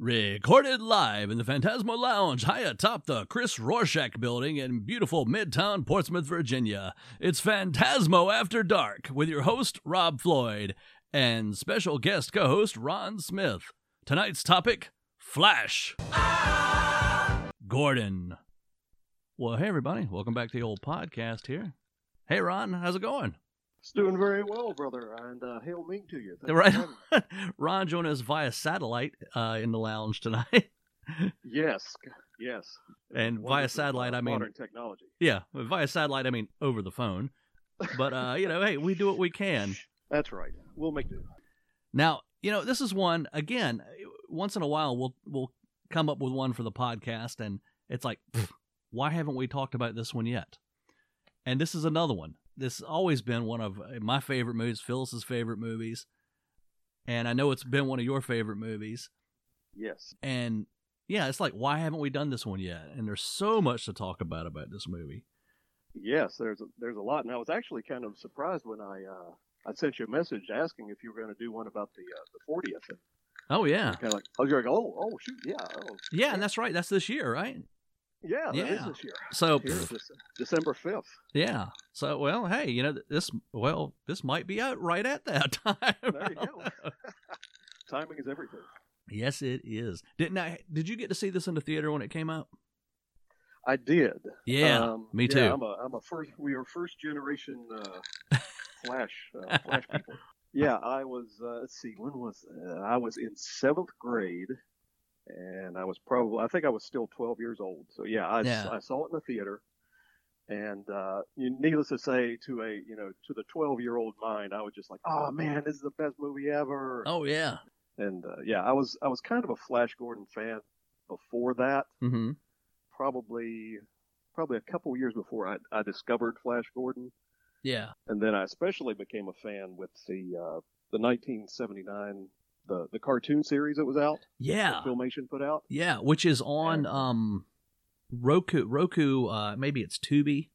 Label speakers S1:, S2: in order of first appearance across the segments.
S1: Recorded live in the Phantasma Lounge, high atop the Chris Rorschach building in beautiful Midtown Portsmouth, Virginia. It's Phantasmo After Dark with your host, Rob Floyd, and special guest co host, Ron Smith. Tonight's topic Flash. Gordon. Well, hey, everybody. Welcome back to the old podcast here. Hey, Ron, how's it going?
S2: It's doing very well, brother, and uh, hail me to you. Thank you
S1: Right.
S2: for having me.
S1: Ron joined us via satellite uh, in the lounge tonight.
S2: Yes, yes.
S1: And
S2: Wonderful,
S1: via satellite,
S2: uh,
S1: I mean-
S2: modern technology.
S1: yeah, via satellite, I mean over the phone. But, uh, you know, hey, we do what we can.
S2: That's right. We'll make do.
S1: Now, you know, this is one again. Once in a while, we'll we'll come up with one for the podcast, and it's like, pfft, why haven't we talked about this one yet? And this is another one. This has always been one of uh, my favorite movies, Phyllis's favorite movies, and I know it's been one of your favorite movies.
S2: Yes,
S1: And yeah, it's like, why haven't we done this one yet? And there's so much to talk about about this movie.
S2: yes. There's a, there's a lot, and I was actually kind of surprised when I uh, I sent you a message asking if you were going to do one about the uh, the fortieth.
S1: Oh yeah,
S2: Kind of like, oh, you're like, oh, oh, shoot, yeah, oh,
S1: yeah, and that's right. That's this year, right?
S2: yeah, that is
S1: Yeah.
S2: this year.
S1: So.
S2: Here,
S1: pfft,
S2: this- December fifth.
S1: Yeah. So, well, hey, you know th- this. Well, this might be out right at that time.
S2: There you go. Timing is everything.
S1: yes, it is. Didn't I? Did you get to see this in the theater when it came out?
S2: I did.
S1: Yeah,
S2: Um,
S1: me
S2: yeah,
S1: too.
S2: I'm a, I'm a first. We are first generation uh, Flash, uh, Flash people. Yeah, I was. Uh, let's see, when was uh, I was in seventh grade, and I was probably. I think I was still 12 years old. So yeah, I, s-
S1: Yeah.
S2: I saw it in the theater, and uh, you- needless to say, to a you know to the 12 year old mind, I was just like, oh man, this is the best movie ever.
S1: Oh yeah.
S2: And uh, yeah, I was I was kind of a Flash Gordon fan before that
S1: Mm-hmm.
S2: probably probably a couple years before I, I discovered Flash Gordon,
S1: Yeah.
S2: and then I especially became a fan with the uh, the 1979 the the cartoon series that was out,
S1: Yeah.
S2: that Filmation put out.
S1: Yeah. Which is on
S2: Yeah.
S1: um, Roku. Roku. Uh, maybe it's Tubi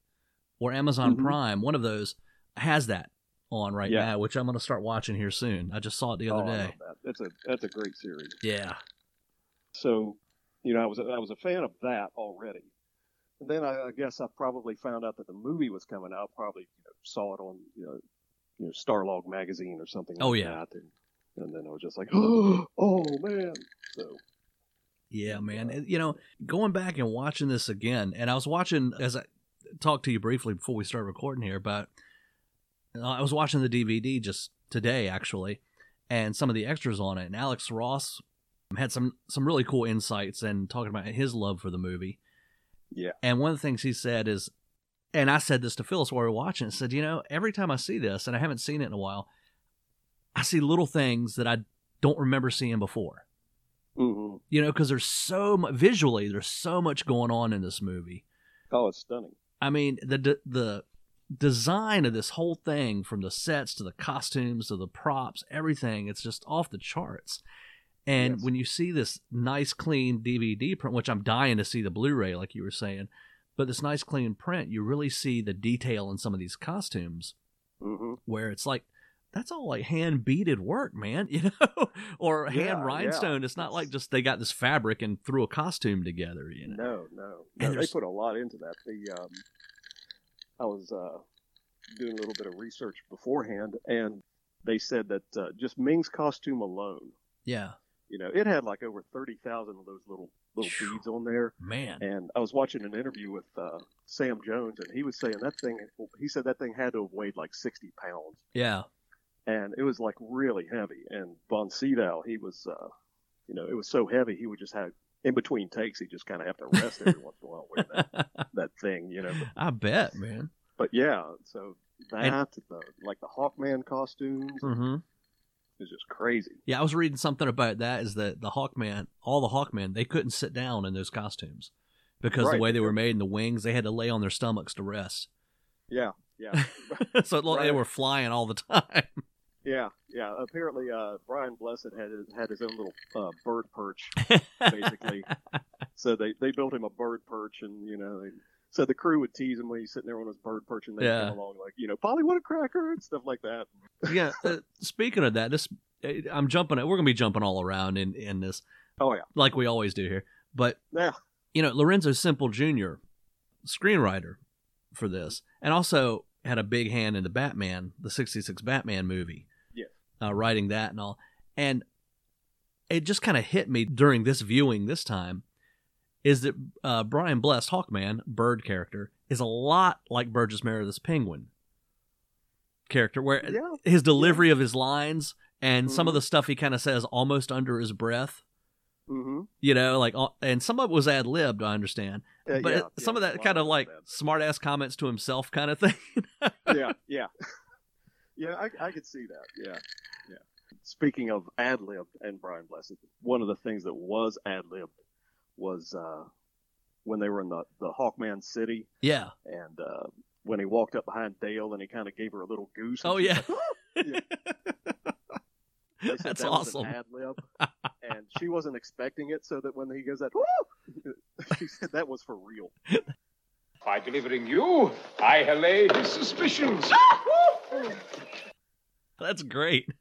S1: or Amazon
S2: Mhm.
S1: Prime. One of those has that on right
S2: Yeah.
S1: now, which I'm going to start watching here soon. I just saw it the
S2: Oh,
S1: other
S2: I love
S1: day.
S2: that. That's a that's a great series.
S1: Yeah.
S2: So, you know, I was I was a fan of that already. And then I, I guess I probably found out that the movie was coming out. Probably you know, saw it on you know, you know Starlog magazine or something.
S1: Oh,
S2: like
S1: yeah.
S2: that. And, and then I was just like, oh, oh man. So
S1: Yeah, man. And, You know, going back and watching this again, and I was watching as I talked to you briefly before we started recording here, but uh, I was watching the DVD just today actually, and some of the extras on it, and Alex Ross had some some really cool insights and talking about his love for the movie.
S2: Yeah.
S1: And one of the things he said is, and I said this to Phyllis while we were watching, it, said, you know, every time I see this, and I haven't seen it in a while, I see little things that I don't remember seeing before
S2: mhm.
S1: you know because there's so mu visually there's so much going on in this movie
S2: oh, it's stunning.
S1: i mean the de- the design of this whole thing from the sets to the costumes to the props everything it's just off the charts and
S2: Yes.
S1: when you see this nice clean dvd print which i'm dying to see the blu-ray like you were saying but this nice clean print you really see the detail in some of these costumes
S2: Mm-hmm.
S1: where it's like that's all like hand beaded work, man, you know, or
S2: Yeah, yeah.
S1: hand rhinestone. It's not like just they got this fabric and threw a costume together, you know.
S2: No,
S1: And
S2: no, no they
S1: there's-
S2: put a lot into that. The um, I was uh, doing a little bit of research beforehand, and they said that uh, just Ming's costume alone,
S1: Yeah,
S2: you know, it had like over thirty thousand of those little little
S1: Phew.
S2: beads on there.
S1: man.
S2: And I was watching an interview with uh, Sam Jones, and he was saying that thing. He said that thing had to have weighed like sixty pounds,
S1: Yeah,
S2: and it was like really heavy. And Von Sydow, he was, uh, you know, it was so heavy he would just have in between takes, he just kind of have to rest every once in a while with that, that thing, you know. But,
S1: I bet, man.
S2: but yeah, so that
S1: And-
S2: the, like the Hawkman costumes
S1: hmm
S2: is just crazy.
S1: Yeah, I was reading something about that. Is that the Hawkman? All the Hawkmen they couldn't sit down in those costumes because the
S2: Right,
S1: way they were made and the wings, they had to lay on their stomachs to rest.
S2: Yeah, yeah,
S1: so it looked like they
S2: Right.
S1: were flying all the time.
S2: yeah, yeah. Apparently, uh, Brian Blessed had his, had his own little uh, bird perch, basically. so they they built him a bird perch, and you know. They, so the crew would tease him when he's sitting there on his bird perch, and they would
S1: Yeah.
S2: come along like, you know, Polly, what a cracker, and stuff like that.
S1: yeah. Uh, speaking of that, this uh, I'm jumping. We're gonna be jumping all around in in this,
S2: Oh, yeah.
S1: like we always do here. But
S2: Yeah.
S1: you know, Lorenzo Simple Jr., screenwriter for this, and also had a big hand in the Batman, the '66 Batman movie.
S2: Yes.
S1: uh, writing that and all, and it just kind of hit me during this viewing this time, is that uh, Brian Blessed Hawkman, Bird character, is a lot like Burgess Meredith's Penguin character, where
S2: Yeah.
S1: his delivery of his lines and some of
S2: Mhm.
S1: the stuff he kind of says almost under his breath
S2: Mm-hmm.
S1: you know like all- and some of it was ad libbed i understand
S2: Uh,
S1: but it- some of that kind of like smart ass comments to himself kind of thing
S2: yeah, yeah, yeah. I, I could see that. Yeah, yeah. Speaking of ad lib and Brian Blessed, one of the things that was ad libbed was uh, when they were in the the Hawkman City,
S1: yeah
S2: and uh, when he walked up behind Dale and he kind of gave her a little goose. and
S1: oh
S2: she-
S1: yeah
S2: Yeah. they said
S1: that's
S2: that was
S1: awesome
S2: An ad lib, and she wasn't expecting it, so that when he goes that, she said that was for real.
S3: By delivering you, I allay his suspicions.
S1: that's great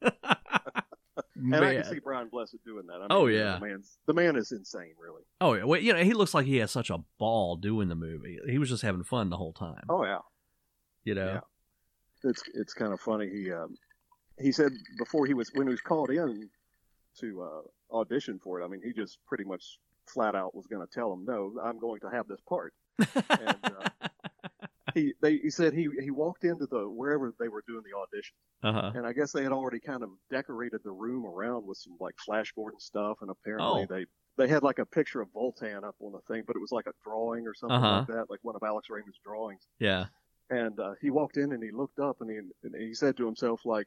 S2: And I
S1: man.
S2: can see Brian Blessed doing that. I mean,
S1: Oh,
S2: you know,
S1: yeah.
S2: the man's the man is insane, really.
S1: oh yeah well, you know he looks like he has such a ball doing the movie he was just having fun the whole time
S2: Oh yeah.
S1: you know
S2: yeah. it's it's kind of funny. He um, he said before he was when he was called in to uh, audition for it. I mean, he just pretty much flat out was going to tell him, "No, I'm going to have this part." and uh, he they he said he he walked into the wherever they were doing the audition,
S1: uh-huh
S2: and I guess they had already kind of decorated the room around with some like Flash Gordon stuff, and apparently
S1: Oh.
S2: they. They had like a picture of Voltan up on the thing, but it was like a drawing or something
S1: Uh-huh.
S2: like that, like one of Alex Raymond's drawings
S1: yeah
S2: and uh, he walked in and he looked up and he, and he said to himself like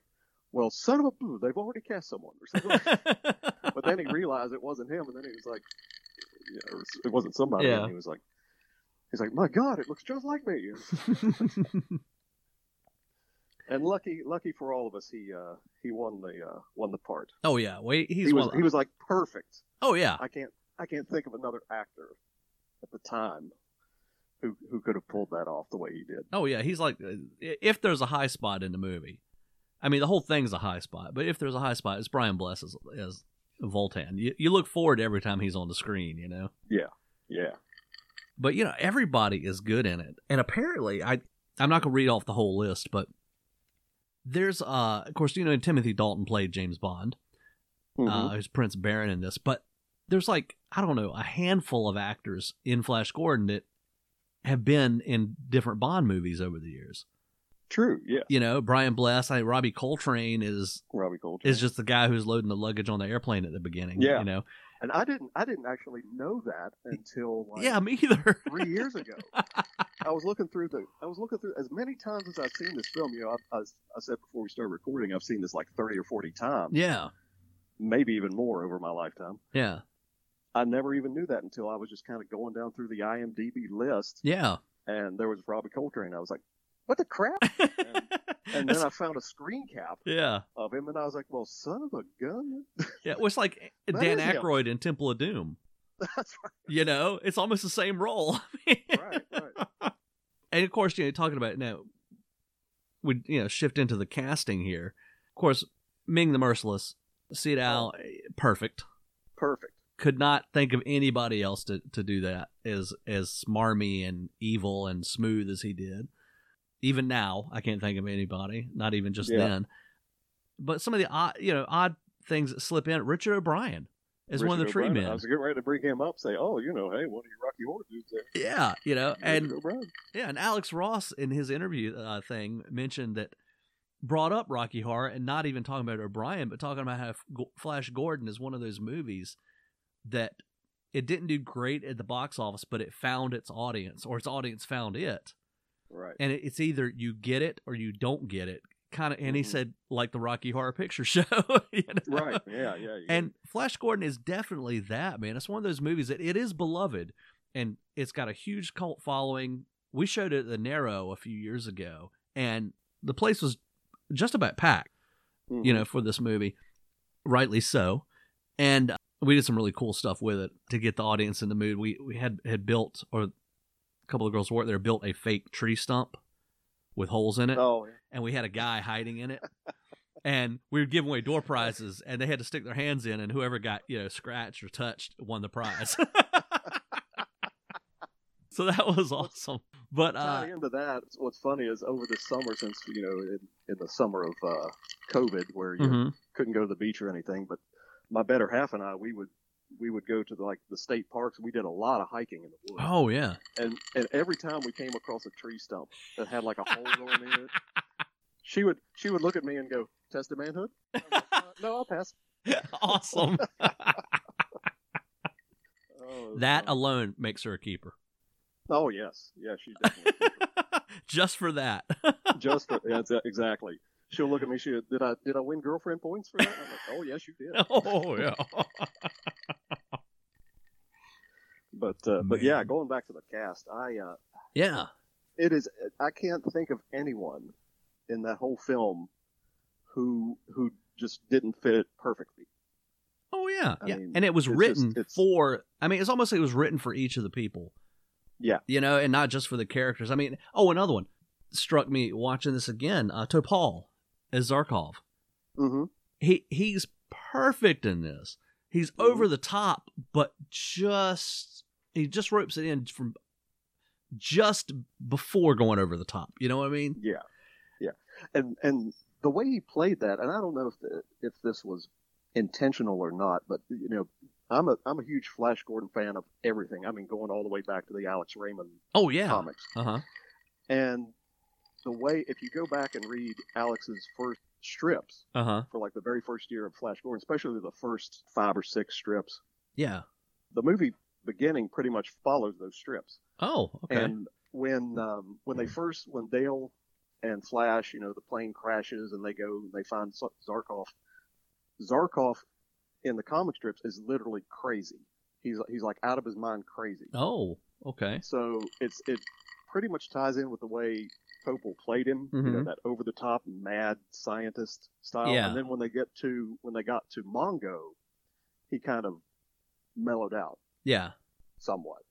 S2: well son of a boo they've already cast someone or something like that. but then he realized it wasn't him and then he was like yeah, it, was, it wasn't somebody
S1: Yeah.
S2: and he was like he's like my god it looks just like me and lucky lucky for all of us he uh he won the uh won the part
S1: oh yeah wait he's
S2: he
S1: one
S2: was
S1: of
S2: he
S1: the-
S2: was like perfect
S1: oh yeah
S2: i can't i can't think of another actor at the time who who could have pulled that off the way he did
S1: Oh yeah, he's like uh, if there's a high spot in the movie. I mean, the whole thing's a high spot, but if there's a high spot, it's Brian Bless as, as Voltan. You, you look forward to every time he's on the screen, you know.
S2: yeah
S1: But you know, everybody is good in it, and apparently, I I'm not gonna read off the whole list, but there's uh, of course, you know, Timothy Dalton played James Bond
S2: Mhm.
S1: uh, who's Prince Baron in this. But there's like I don't know a handful of actors in Flash Gordon that have been in different Bond movies over the years.
S2: true yeah
S1: You know, Brian Bless, I Robbie Coltrane is
S2: robbie Coltrane.
S1: is just the guy who's loading the luggage on the airplane at the beginning.
S2: Yeah.
S1: you know,
S2: And I didn't I didn't actually know that until like
S1: yeah, me either.
S2: three years ago. I was looking through the I was looking through as many times as I've seen this film. You know, I, I, I said before we started recording, I've seen this like thirty or forty times,
S1: yeah,
S2: maybe even more over my lifetime.
S1: yeah,
S2: I never even knew that until I was just kind of going down through the IMDb list,
S1: yeah.
S2: and there was Robbie Coltrane. I was like, "What the crap!" And- And then I found a screen cap
S1: yeah,
S2: of him, and I was like, "Well, son of a gun,
S1: yeah. It was like eh,
S2: That
S1: Dan
S2: is him.
S1: Aykroyd in Temple of Doom.
S2: that's
S1: You know, it's almost the same role.
S2: right, right,
S1: and of course, you know, talking about now, we you know shift into the casting here. Of course, Ming the Merciless, Sid Al, eh, perfect.
S2: perfect."
S1: Could not think of anybody else to, to do that as as smarmy and evil and smooth as he did. Even now, I can't think of anybody. Not even just
S2: Yeah.
S1: then. But some of the odd, you know, odd things that slip in. Richard O'Brien is one of the
S2: Richard
S1: tree
S2: O'Brien.
S1: men.
S2: I was getting ready to bring him up, say, "Oh, you know, hey, one of your Rocky Horror dudes there."
S1: Yeah, you know, and
S2: Richard O'Brien.
S1: Yeah, and Alex Ross in his interview uh, thing mentioned that brought up Rocky Horror and not even talking about O'Brien, but talking about how F- G- Flash Gordon is one of those movies that it didn't do great at the box office, but it found its audience, or its audience found it.
S2: right,
S1: And it, it's either you get it or you don't get it. Kind of, and he
S2: Mhm.
S1: said like the Rocky Horror Picture Show, you know?
S2: right, yeah, yeah, you
S1: And Flash Gordon is definitely that, man. It's one of those movies that it is beloved and it's got a huge cult following. We showed it at the Narrow a few years ago and the place was just about packed,
S2: got it.
S1: you know, for this movie, rightly so. And uh, we did some really cool stuff with it to get the audience in the mood. We we had had built or a couple of girls who worked there built a fake tree stump with holes in it
S2: Mhm. oh,
S1: and we had a guy hiding in it. and we were giving away door prizes, and they had to stick their hands in, and whoever got you know scratched or touched won the prize. so that was awesome. But uh,
S2: Tying into that, what's funny is over the summer, since you know, in, in the summer of uh, COVID, where you
S1: mhm.
S2: couldn't go to the beach or anything, but my better half and I, we would we would go to the, like the state parks. We did a lot of hiking in the woods,
S1: oh yeah,
S2: and and every time we came across a tree stump that had like a hole going in it, she would she would look at me and go, "Test of manhood? I was like, "Uh, no, I'll pass."
S1: awesome.
S2: Oh, it was
S1: that
S2: fun.
S1: alone makes her a keeper.
S2: oh yes, yeah, she definitely.
S1: Just for that.
S2: just for, yeah, exa- exactly. She'll look at me. She did I did I win girlfriend points for that? I'm like, oh yes, you did.
S1: oh yeah.
S2: But uh, but yeah,
S1: Man.
S2: going back to the cast, I uh,
S1: Yeah.
S2: it is I can't think of anyone in that whole film who who just didn't fit it perfectly.
S1: Oh yeah.
S2: I
S1: yeah.
S2: mean,
S1: and it was
S2: it's
S1: written
S2: just- it's-
S1: for I mean, it's almost like it was written for each of the people.
S2: Yeah.
S1: You know, and not just for the characters. I mean, oh, another one struck me watching this again. Uh, Topal as Zarkov.
S2: Mm-hmm.
S1: He he's perfect in this. He's
S2: Mm-hmm.
S1: over the top, but just he just ropes it in from just before going over the top. You know what I mean?
S2: Yeah, yeah, and and the way he played that, and I don't know if the, if this was intentional or not, but you know, I'm a I'm a huge Flash Gordon fan of everything. I mean, going all the way back to the Alex Raymond
S1: Oh yeah.
S2: comics.
S1: Uh huh.
S2: And the way, if you go back and read Alex's first strips
S1: Uh huh.
S2: for like the very first year of Flash Gordon, especially the first five or six strips,
S1: Yeah.
S2: the movie beginning pretty much follows those strips.
S1: Oh, okay.
S2: And when um, when they first when Dale and Flash, you know, the plane crashes and they go and they find Z- Zarkov. Zarkov in the comic strips is literally crazy. He's he's like out of his mind crazy.
S1: oh, okay.
S2: So it's it pretty much ties in with the way Popel played him, you know,
S1: Mhm.
S2: that over the top mad scientist style.
S1: Yeah.
S2: And then when they get to when they got to Mongo, he kind of mellowed out
S1: Yeah,
S2: somewhat.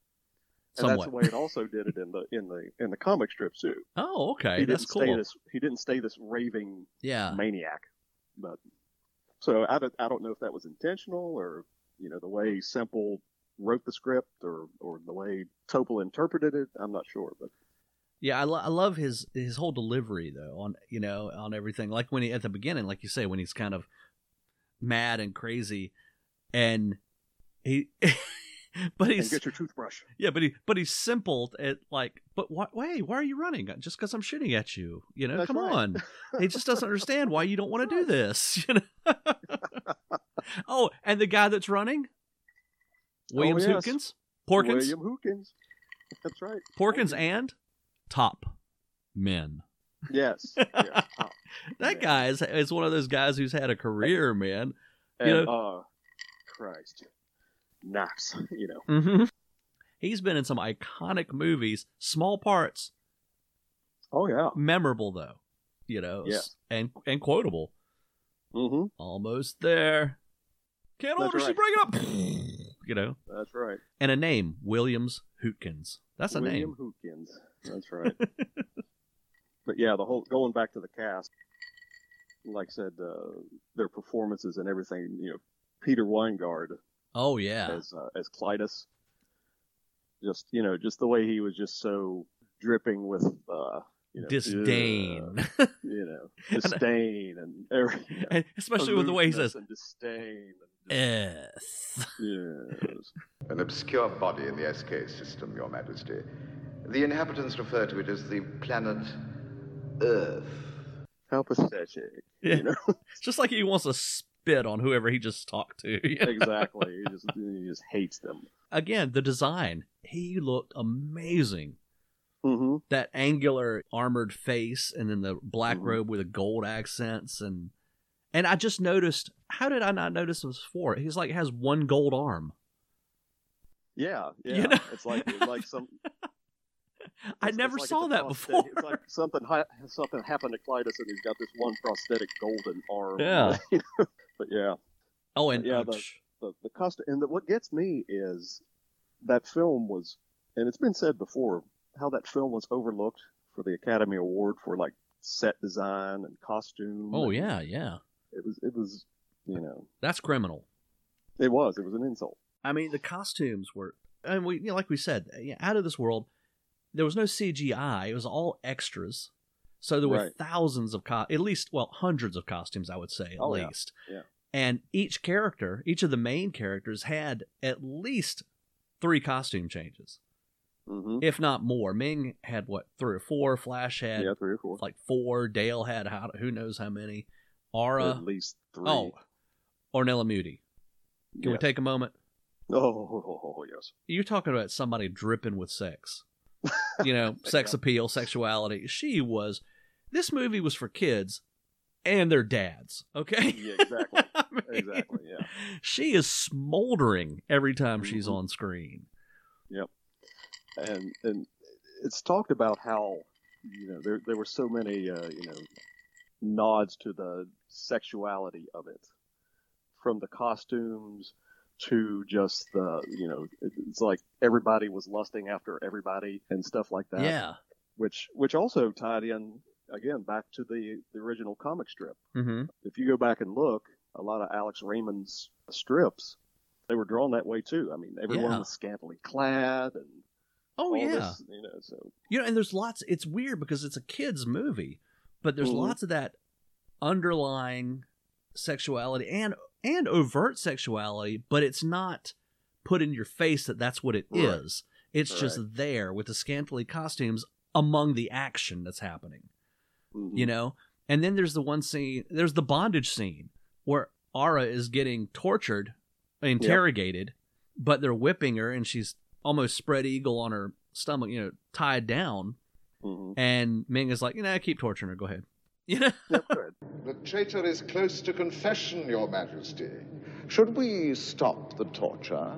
S2: And
S1: somewhat.
S2: that's the way it also did it in the in the in the comic strip too.
S1: Oh, okay.
S2: he
S1: That's
S2: didn't stay
S1: cool. Uh.
S2: this he didn't stay this raving
S1: Yeah.
S2: maniac. But so I don't I don't know if that was intentional or you know, the way Simple wrote the script or or the way Topol interpreted it, I'm not sure, but
S1: Yeah, I, lo- I love his his whole delivery though on you know on everything. Like when he at the beginning, like you say, when he's kind of mad and crazy, and he, but
S2: and
S1: he's
S2: get your toothbrush.
S1: yeah, but he but he's simpled at like, but why? Wait, why are you running? Just because I'm shooting at you? You know,
S2: That's
S1: come
S2: right.
S1: on. he just doesn't understand why you don't want to do this. You know. oh, and the guy that's running, Williams
S2: Oh, yes.
S1: Hoopkins, Porkins,
S2: William Hookins. That's right.
S1: Porkins, and Top Men.
S2: Yes. yes. Oh,
S1: That
S2: man.
S1: guy is, is one of those guys who's had a career, man.
S2: And,
S1: You
S2: uh, Christ. Knox, you know.
S1: Mm-hmm. He's been in some iconic movies, small parts,
S2: Oh yeah.
S1: memorable though, you know, s- and and quotable.
S2: Mm-hmm.
S1: Almost there. Can't hold
S2: That's
S1: her. She
S2: right.
S1: break it up. you know,
S2: That's right.
S1: and a name, Williams Hootkins. That's a
S2: William
S1: name.
S2: Hookins. That's right. but yeah, the whole going back to the cast, like I said, uh, their performances and everything. You know, Peter Weingard
S1: Oh yeah,
S2: as uh, as Clytus. Just you know, just the way he was just so dripping with uh, you know,
S1: disdain,
S2: uh, you know, disdain and every, you know,
S1: And especially with the way he
S2: aloofness
S1: says,
S2: and disdain. And
S1: "Yes."
S2: yes.
S4: An obscure body in the SK system, Your Majesty. The inhabitants refer to it as the planet Earth.
S2: How pathetic.
S1: Yeah.
S2: You know?
S1: It's just like he wants to spit on whoever he just talked to. you know?
S2: exactly. He just he just hates them.
S1: Again, the design. He looked amazing.
S2: Mm-hmm.
S1: That angular armored face, and then the black
S2: Mhm.
S1: robe with the gold accents, and and I just noticed. How did I not notice this before? He's like has one gold arm.
S2: Yeah, yeah.
S1: You know?
S2: It's like it's like some.
S1: I
S2: it's-
S1: never
S2: it's like
S1: saw
S2: it's a
S1: that before.
S2: prosthetic- It's like something hi- something happened to Clytus, and he's got this one prosthetic golden arm.
S1: Yeah.
S2: but yeah,
S1: oh, and
S2: Yeah,
S1: uh,
S2: the-
S1: psh,
S2: the the costume and the, what gets me is that film was, and it's been said before how that film was overlooked for the Academy Award for like set design and costume.
S1: Oh yeah, yeah.
S2: It was it was you know
S1: That's criminal.
S2: it was it was an insult.
S1: I mean, the costumes were, and we, you know, like we said, yeah, out of this world. There was no CGI; it was all extras. So there were
S2: Right.
S1: thousands of, co- at least, well, hundreds of costumes, I would say, at
S2: Oh, yeah.
S1: least.
S2: Yeah.
S1: And each character, each of the main characters, had at least three costume changes,
S2: Mm-hmm.
S1: if not more. Ming had what three or four. Flash had
S2: Yeah, three or four.
S1: like four. Dale had how who knows how many. Aura,
S2: At least three.
S1: oh, Ornella Moody. Can we
S2: Yes.
S1: take a moment?
S2: Oh yes.
S1: you're talking about somebody dripping with sex you know sex appeal sexuality she was this movie was for kids and their dads okay
S2: Yeah, exactly.
S1: I mean,
S2: exactly. Yeah.
S1: she is smoldering every time she's
S2: Mhm.
S1: on screen
S2: and and it's talked about how you know there there were so many uh, you know nods to the sexuality of it, from the costumes to just the you know it- it's like everybody was lusting after everybody and stuff like that.
S1: yeah
S2: Which which also tied in again back to the the original comic strip.
S1: mm-hmm.
S2: If you go back and look, a lot of Alex Raymond's strips. They were drawn that way too. I mean, everyone
S1: Yeah.
S2: was scantily clad, and
S1: oh
S2: all
S1: yeah
S2: this, you know, so
S1: you know and there's lots it's weird because it's a kids movie but there's
S2: Mhm.
S1: lots of that underlying sexuality and and overt sexuality but it's not put in your face that that's what it is.
S2: Right.
S1: it's just there with the scantily costumes among the action that's happening
S2: mm-hmm, Mm.
S1: you know and then there's the one scene there's the bondage scene where ara is getting tortured interrogated but they're whipping her and she's almost spread eagle on her stomach you know tied down
S2: Mhm.
S1: and Ming is like, you know, keep torturing her. Go ahead. You know?
S4: The traitor is close to confession, Your Majesty. Should we stop the torture?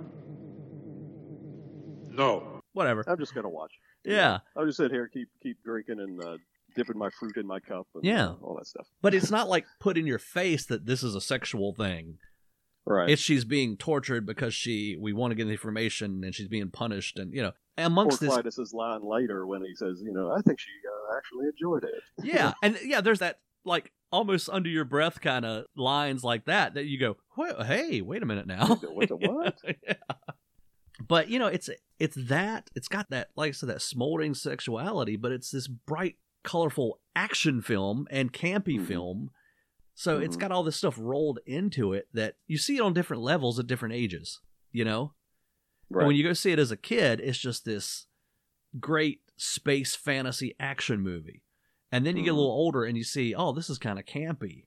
S3: No.
S1: Whatever.
S2: I'm just gonna watch.
S1: Yeah.
S2: I'll just sit here, keep keep drinking and uh, dipping my fruit in my cup. And,
S1: Yeah.
S2: uh, all that stuff.
S1: But it's not like put in your face that this is a sexual thing.
S2: Right.
S1: It's she's being tortured because she we want to get the information and she's being punished and you know
S2: or
S1: amongst this
S2: Clytus's line later when he says, you know, I think she uh, actually enjoyed it.
S1: yeah and yeah there's that like almost under your breath kind of lines like that that you go "Wha- hey wait a minute now
S2: Wait a- wait a what?
S1: Oh, yeah. but you know it's it's that it's got that like I said that smoldering sexuality but it's this bright colorful action film and campy
S2: Mhm.
S1: film so it's
S2: Mhm.
S1: got all this stuff rolled into it that you see it on different levels at different ages you know And when you go see it as a kid it's just this great space fantasy action movie and then you get a
S2: Mhm.
S1: little older and you see oh this is kind of campy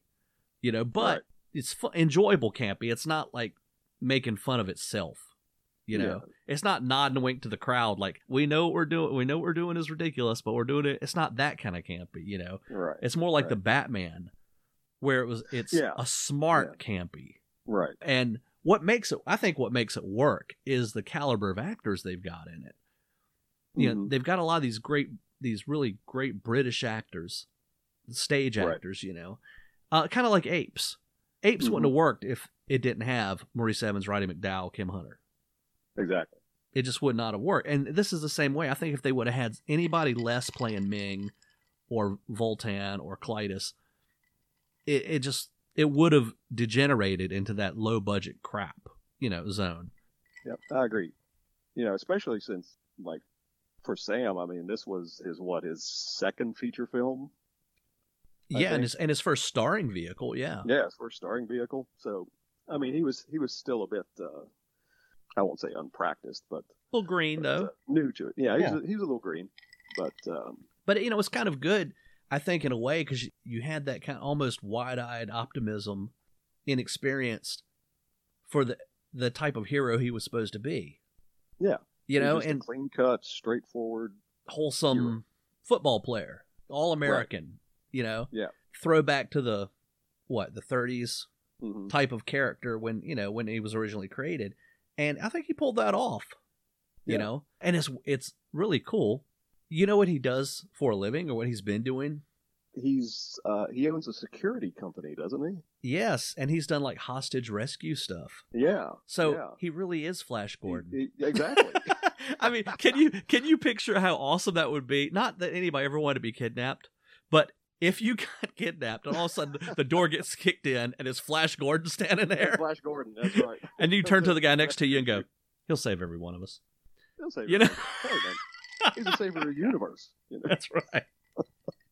S1: you know but
S2: Right.
S1: it's fu- enjoyable campy it's not like making fun of itself you
S2: Yeah.
S1: know it's not nod and wink to the crowd like we know what we're doing we know what we're doing is ridiculous but we're doing it it's not that kind of campy you know
S2: Right.
S1: it's more like
S2: Right.
S1: the batman where it was it's
S2: Yeah.
S1: a smart campy
S2: Right.
S1: and what makes it i think what makes it work is the caliber of actors they've got in it you know
S2: Mhm.
S1: they've got a lot of these great these really great british actors stage
S2: Right.
S1: actors you know uh, kind of like apes apes wouldn't have worked if it didn't have maurice evans roddy mcdowell kim hunter
S2: Mm-hmm. Exactly.
S1: it just would not have worked and this is the same way i think if they would have had anybody less playing ming or voltan or clytus it, it just it would have degenerated into that low budget crap you know zone
S2: Yep. I agree. You know, especially since like for Sam, I mean, this was his what his second feature film.
S1: yeah
S2: I
S1: and
S2: think-
S1: his, and his first starring vehicle yeah
S2: Yeah, his first starring vehicle. So, I mean, he was he was still a bit. Uh, I won't say unpracticed, but
S1: well green
S2: but,
S1: though
S2: uh, new to it. Yeah, he's, A, he's a little green, but um,
S1: but you know it's kind of good i think in a way because you had that kind of almost wide-eyed optimism inexperienced for the the type of hero he was supposed to be
S2: Yeah.
S1: you
S2: he's
S1: know
S2: just a
S1: and
S2: clean cut, straightforward.
S1: wholesome
S2: hero.
S1: football player all american you know
S2: Yeah.
S1: throwback to the what the 30s
S2: mhm.
S1: type of character when you know when he was originally created and i think he pulled that off you
S2: Yeah.
S1: know and it's it's really cool you know what he does for a living or what he's been doing
S2: He's uh, he owns a security company, doesn't
S1: Yes, and he's done like hostage rescue stuff.
S2: he? Yeah,
S1: So
S2: Yeah.
S1: he really is Flash Gordon.
S2: He- he- exactly.
S1: I mean, can you can you picture how awesome that would be? Not that anybody ever wanted to be kidnapped, but if you got kidnapped and all of a sudden the door gets kicked in and it's Flash Gordon standing there,
S2: Flash Gordon. That's right.
S1: and you turn to the guy next to you and go, "He'll save every one of us."
S2: He'll save
S1: You know?
S2: everybody. Hey, man, he's the savior of the universe. You know?
S1: That's right.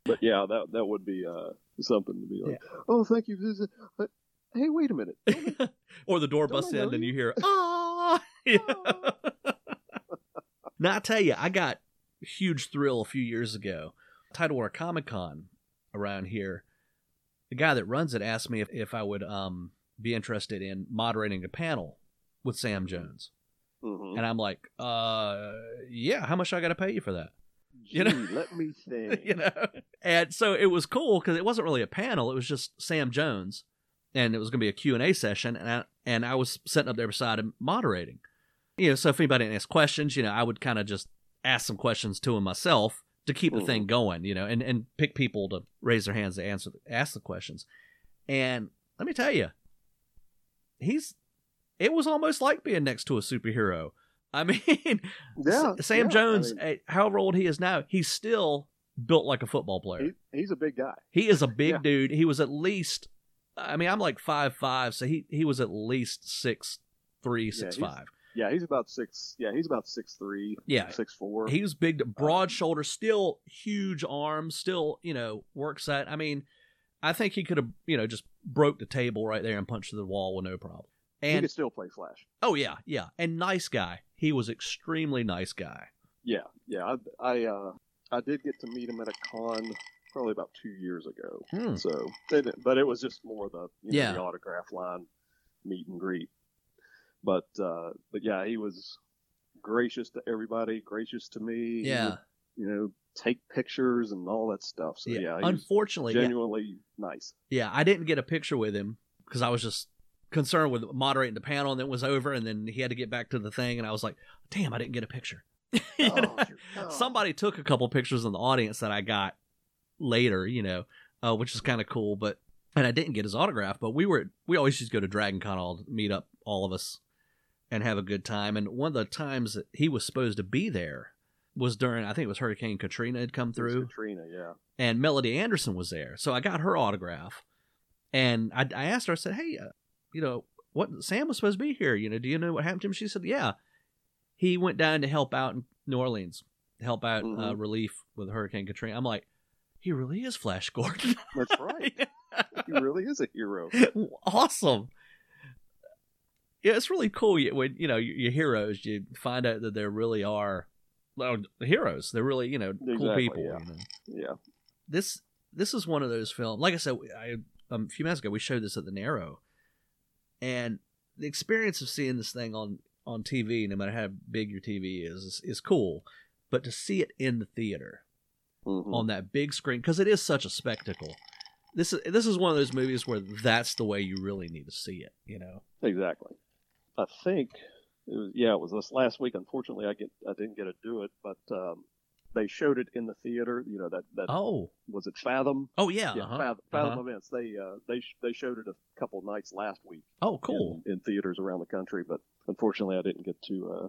S2: But yeah, that that would be uh, something to be like. Oh, thank you. This is- but, hey, wait a minute.
S1: or the door
S2: Don't I
S1: busts
S2: know
S1: in and
S2: you?
S1: you hear, "Ah!" Yeah. Now I tell you, I got huge thrill a few years ago. Tidewater Comic Con around here. The guy that runs it asked me if, if I would um, be interested in moderating a panel with Sam Jones.
S2: Mhm.
S1: And I'm like, uh, yeah, how much I got to pay you for that?
S2: Gee,
S1: you know-
S2: let me think.
S1: you know? And so it was cool because it wasn't really a panel. It was just Sam Jones. And it was going to be a Q&A session. And I, and I was sitting up there beside him moderating. You know, so if anybody asked questions, you know, I would kind of just ask some questions to him myself to keep the
S2: Mhm.
S1: thing going, you know, and, and pick people to raise their hands to answer ask the questions. And let me tell you, he's it was almost like being next to a superhero. I mean,
S2: Yeah,
S1: S- Sam
S2: yeah, I
S1: Jones,
S2: mean,
S1: eh, however old he is now, he's still built like a football player.
S2: he- he's a big guy.
S1: He, is a big
S2: yeah.
S1: dude. He was at least, I mean, I'm like five five, so he he was at least six three,
S2: Yeah,
S1: six
S2: he's-
S1: five.
S2: Yeah, he's about six. Yeah, he's about six three,
S1: Yeah,
S2: six four.
S1: he was big, broad shoulder, still huge arms, still you know works at. I mean, I think he could have you know just broke the table right there and punched through the wall with no problem.
S2: he
S1: And
S2: could still play Flash.
S1: oh yeah, yeah, and nice guy. He was extremely nice guy.
S2: Yeah, yeah. I I, uh, I did get to meet him at a con probably about two years ago.
S1: Hmm.
S2: So, they didn't- but it was just more the you know,
S1: Yeah.
S2: the autograph line, meet and greet. But uh, but yeah, he was gracious to everybody, gracious to me. He
S1: Yeah,
S2: would, you know, take pictures and all that stuff. So
S1: yeah.
S2: yeah, he was
S1: Unfortunately, yeah,
S2: genuinely nice.
S1: Yeah, I didn't get a picture with him because I was just concerned with moderating the panel, and then it was over, and then he had to get back to the thing, and I was like, "Damn, I didn't get a picture." You know?
S2: Oh, sure. Oh.
S1: Somebody took a couple pictures in the audience that I got later, you know, uh, which is kind of cool. But and I didn't get his autograph, but we were we always used to go to Dragon Con all meet up all of us and have a good time. And one of the times that he was supposed to be there was during I think it was Hurricane Katrina had come
S2: It was
S1: through
S2: Katrina, yeah.
S1: and Melody Anderson was there. So I got her autograph, and I, I asked her. I said, "Hey, uh, you know what? Sam was supposed to be here. You know, do you know what happened to him?" She said, "Yeah, he went down to help out in New Orleans, to help out uh,
S2: Mhm.
S1: relief with Hurricane Katrina." I'm like, "He really is Flash Gordon.
S2: That's right. he really is a hero.
S1: awesome." Yeah, it's really cool you- when you know your your heroes. You find out that they really are, well, heroes. They're really you know cool
S2: Exactly,
S1: people.
S2: yeah.
S1: you know?
S2: Yeah.
S1: this this is one of those films. Like I said, I um, a few minutes ago we showed this at the Narrow, and the experience of seeing this thing on on TV, no matter how big your TV is, is, is cool. But to see it in the theater
S2: Mhm.
S1: on that big screen, because it is such a spectacle. This is this is one of those movies where that's the way you really need to see it. You know.
S2: Exactly. I think, it was, yeah, it was this last week. Unfortunately, I get I didn't get to do it, but um, they showed it in the theater. You know that that
S1: Oh.
S2: was it. Fathom.
S1: Oh yeah.
S2: Yeah,
S1: uh-huh.
S2: Fathom, Fathom
S1: Uh-huh.
S2: events. They uh, they sh- they showed it a couple nights last week.
S1: Oh cool.
S2: In, in theaters around the country, but unfortunately, I didn't get to. Uh,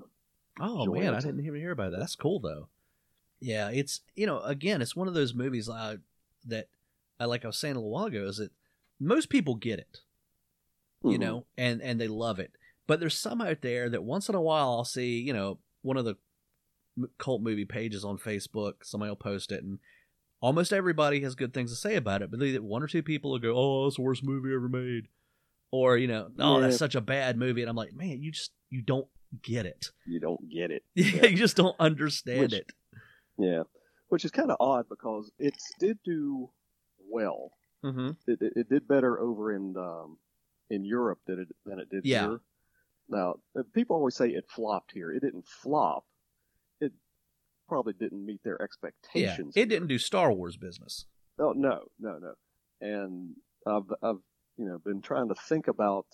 S1: Oh
S2: Joy
S1: man, I
S2: was-
S1: didn't even hear about that. That's cool though. Yeah, it's you know again, it's one of those movies uh, that I like. I was saying a little while ago is that most people get it, you
S2: mhm.
S1: know, and and they love it. But there's some out there that once in a while I'll see you know one of the m- cult movie pages on Facebook. Somebody will post it, and almost everybody has good things to say about it. But either one or two people will go, "Oh, that's the worst movie ever made," or you know, "Oh, that's
S2: Yeah.
S1: such a bad movie," and I'm like, "Man, you just you don't get it."
S2: you don't get it.
S1: Yeah, you just don't understand
S2: Which-
S1: it.
S2: Yeah, which is kind of odd because it did do well.
S1: Mm-hmm.
S2: It, it, it did better over in um, in Europe than it than it did
S1: Yeah.
S2: here. Now uh, people always say it flopped here. It didn't flop. It probably didn't meet their
S1: Yeah,
S2: expectations.
S1: it didn't do Star Wars business.
S2: Oh no, no, no. And I've I've you know been trying to think about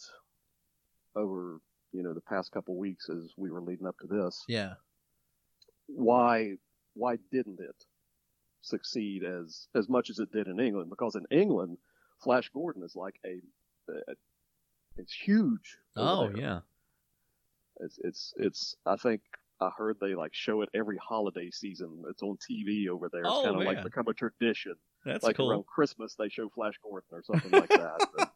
S2: over you know the past couple weeks as we were leading up to this
S1: Yeah,
S2: why why didn't it succeed as as much as it did in England? Because in England, Flash Gordon is like a, a it's huge.
S1: Oh
S2: over there.
S1: yeah.
S2: it's it's it's. I think I heard they like show it every holiday season. It's on TV over there. It's
S1: Oh,
S2: kind of like
S1: man.
S2: become a tradition.
S1: That's
S2: like
S1: cool.
S2: around Christmas, they show Flash Gordon or something like that. But-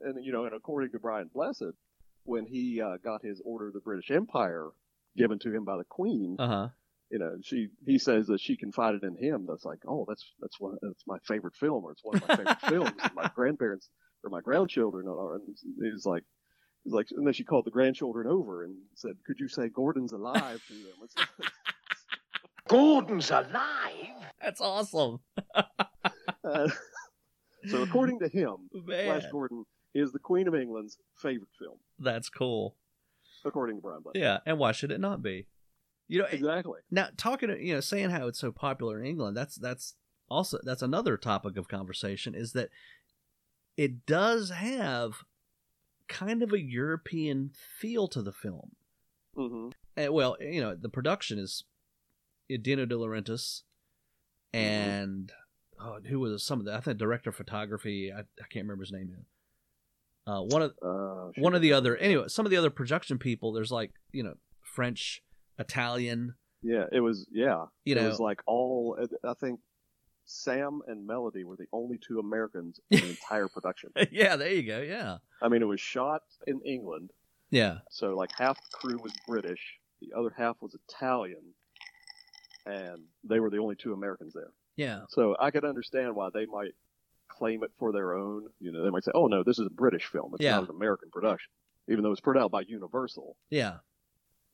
S2: and you know, and according to Brian Blessed, when he uh, got his Order of the British Empire given to him by the Queen,
S1: Uh huh.
S2: you know, she he says that she confided in him. That's like, oh, that's that's one that's my favorite film, or it's one of my favorite films. and My grandparents or my grandchildren are, and he's like. He's like, and then she called the grandchildren over and said, "Could you say Gordon's alive to them?" It's like,
S3: Gordon's alive.
S1: That's awesome.
S2: uh, so, according to him,
S1: Man,
S2: Flash Gordon is the Queen of England's favorite film,
S1: that's cool.
S2: according to Brian Blessed.
S1: Yeah, and why should it not be? You know, it-
S2: Exactly.
S1: now talking, you know, saying how it's so popular in England, that's that's also that's another topic of conversation is that it does have kind of a European feel to the film.
S2: hmm
S1: And, Eh, well, you know, the production is Dino De Laurentiis and oh, who was some of the I think director of photography. I, I can't remember his name. now. Uh, one of
S2: Uh,
S1: one of the other anyway some of the other production people there's like you know french italian
S2: yeah, it was yeah,
S1: you
S2: it
S1: know
S2: was like all. I think Sam and Melody were the only two Americans in the entire production.
S1: yeah there you go yeah
S2: I mean, it was shot in England,
S1: yeah
S2: so like half the crew was British, the other half was Italian, and they were the only two Americans there.
S1: yeah
S2: So I could understand why they might claim it for their own. You know, they might say, "Oh no, this is a British film. It's
S1: Yeah.
S2: not an American production," even though it's put out by Universal.
S1: yeah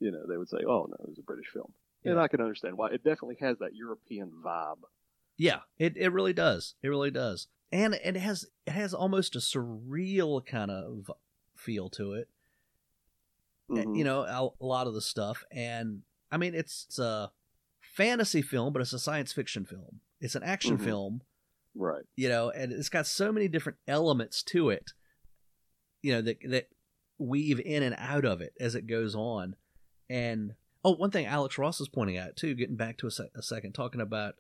S2: you know, they would say, "Oh no, it was a British film," and
S1: Yeah. Eh,
S2: I can understand why. It definitely has that European vibe.
S1: yeah it, it really does it really does and it has it has almost a surreal kind of feel to it
S2: Mhm.
S1: eh, you know a, a lot of the stuff and i mean it's, it's a fantasy film but it's a science fiction film it's an action
S2: Mhm.
S1: film
S2: right?
S1: you know and it's got so many different elements to it you know that that weave in and out of it as it goes on and oh one thing alex ross is pointing out too getting back to a, sec- a second talking about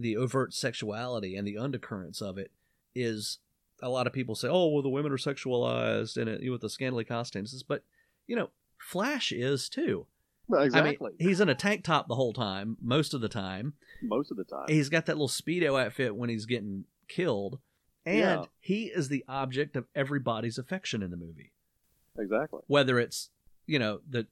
S1: the overt sexuality and the undercurrents of it is a lot of people say oh well the women are sexualized and it, with the scantily costumes but you know flash is too
S2: Exactly.
S1: i mean he's in a tank top the whole time most of the time
S2: Most of the time,
S1: he's got that little speedo outfit when he's getting killed and
S2: Yeah.
S1: he is the object of everybody's affection in the movie
S2: exactly.
S1: whether it's you know the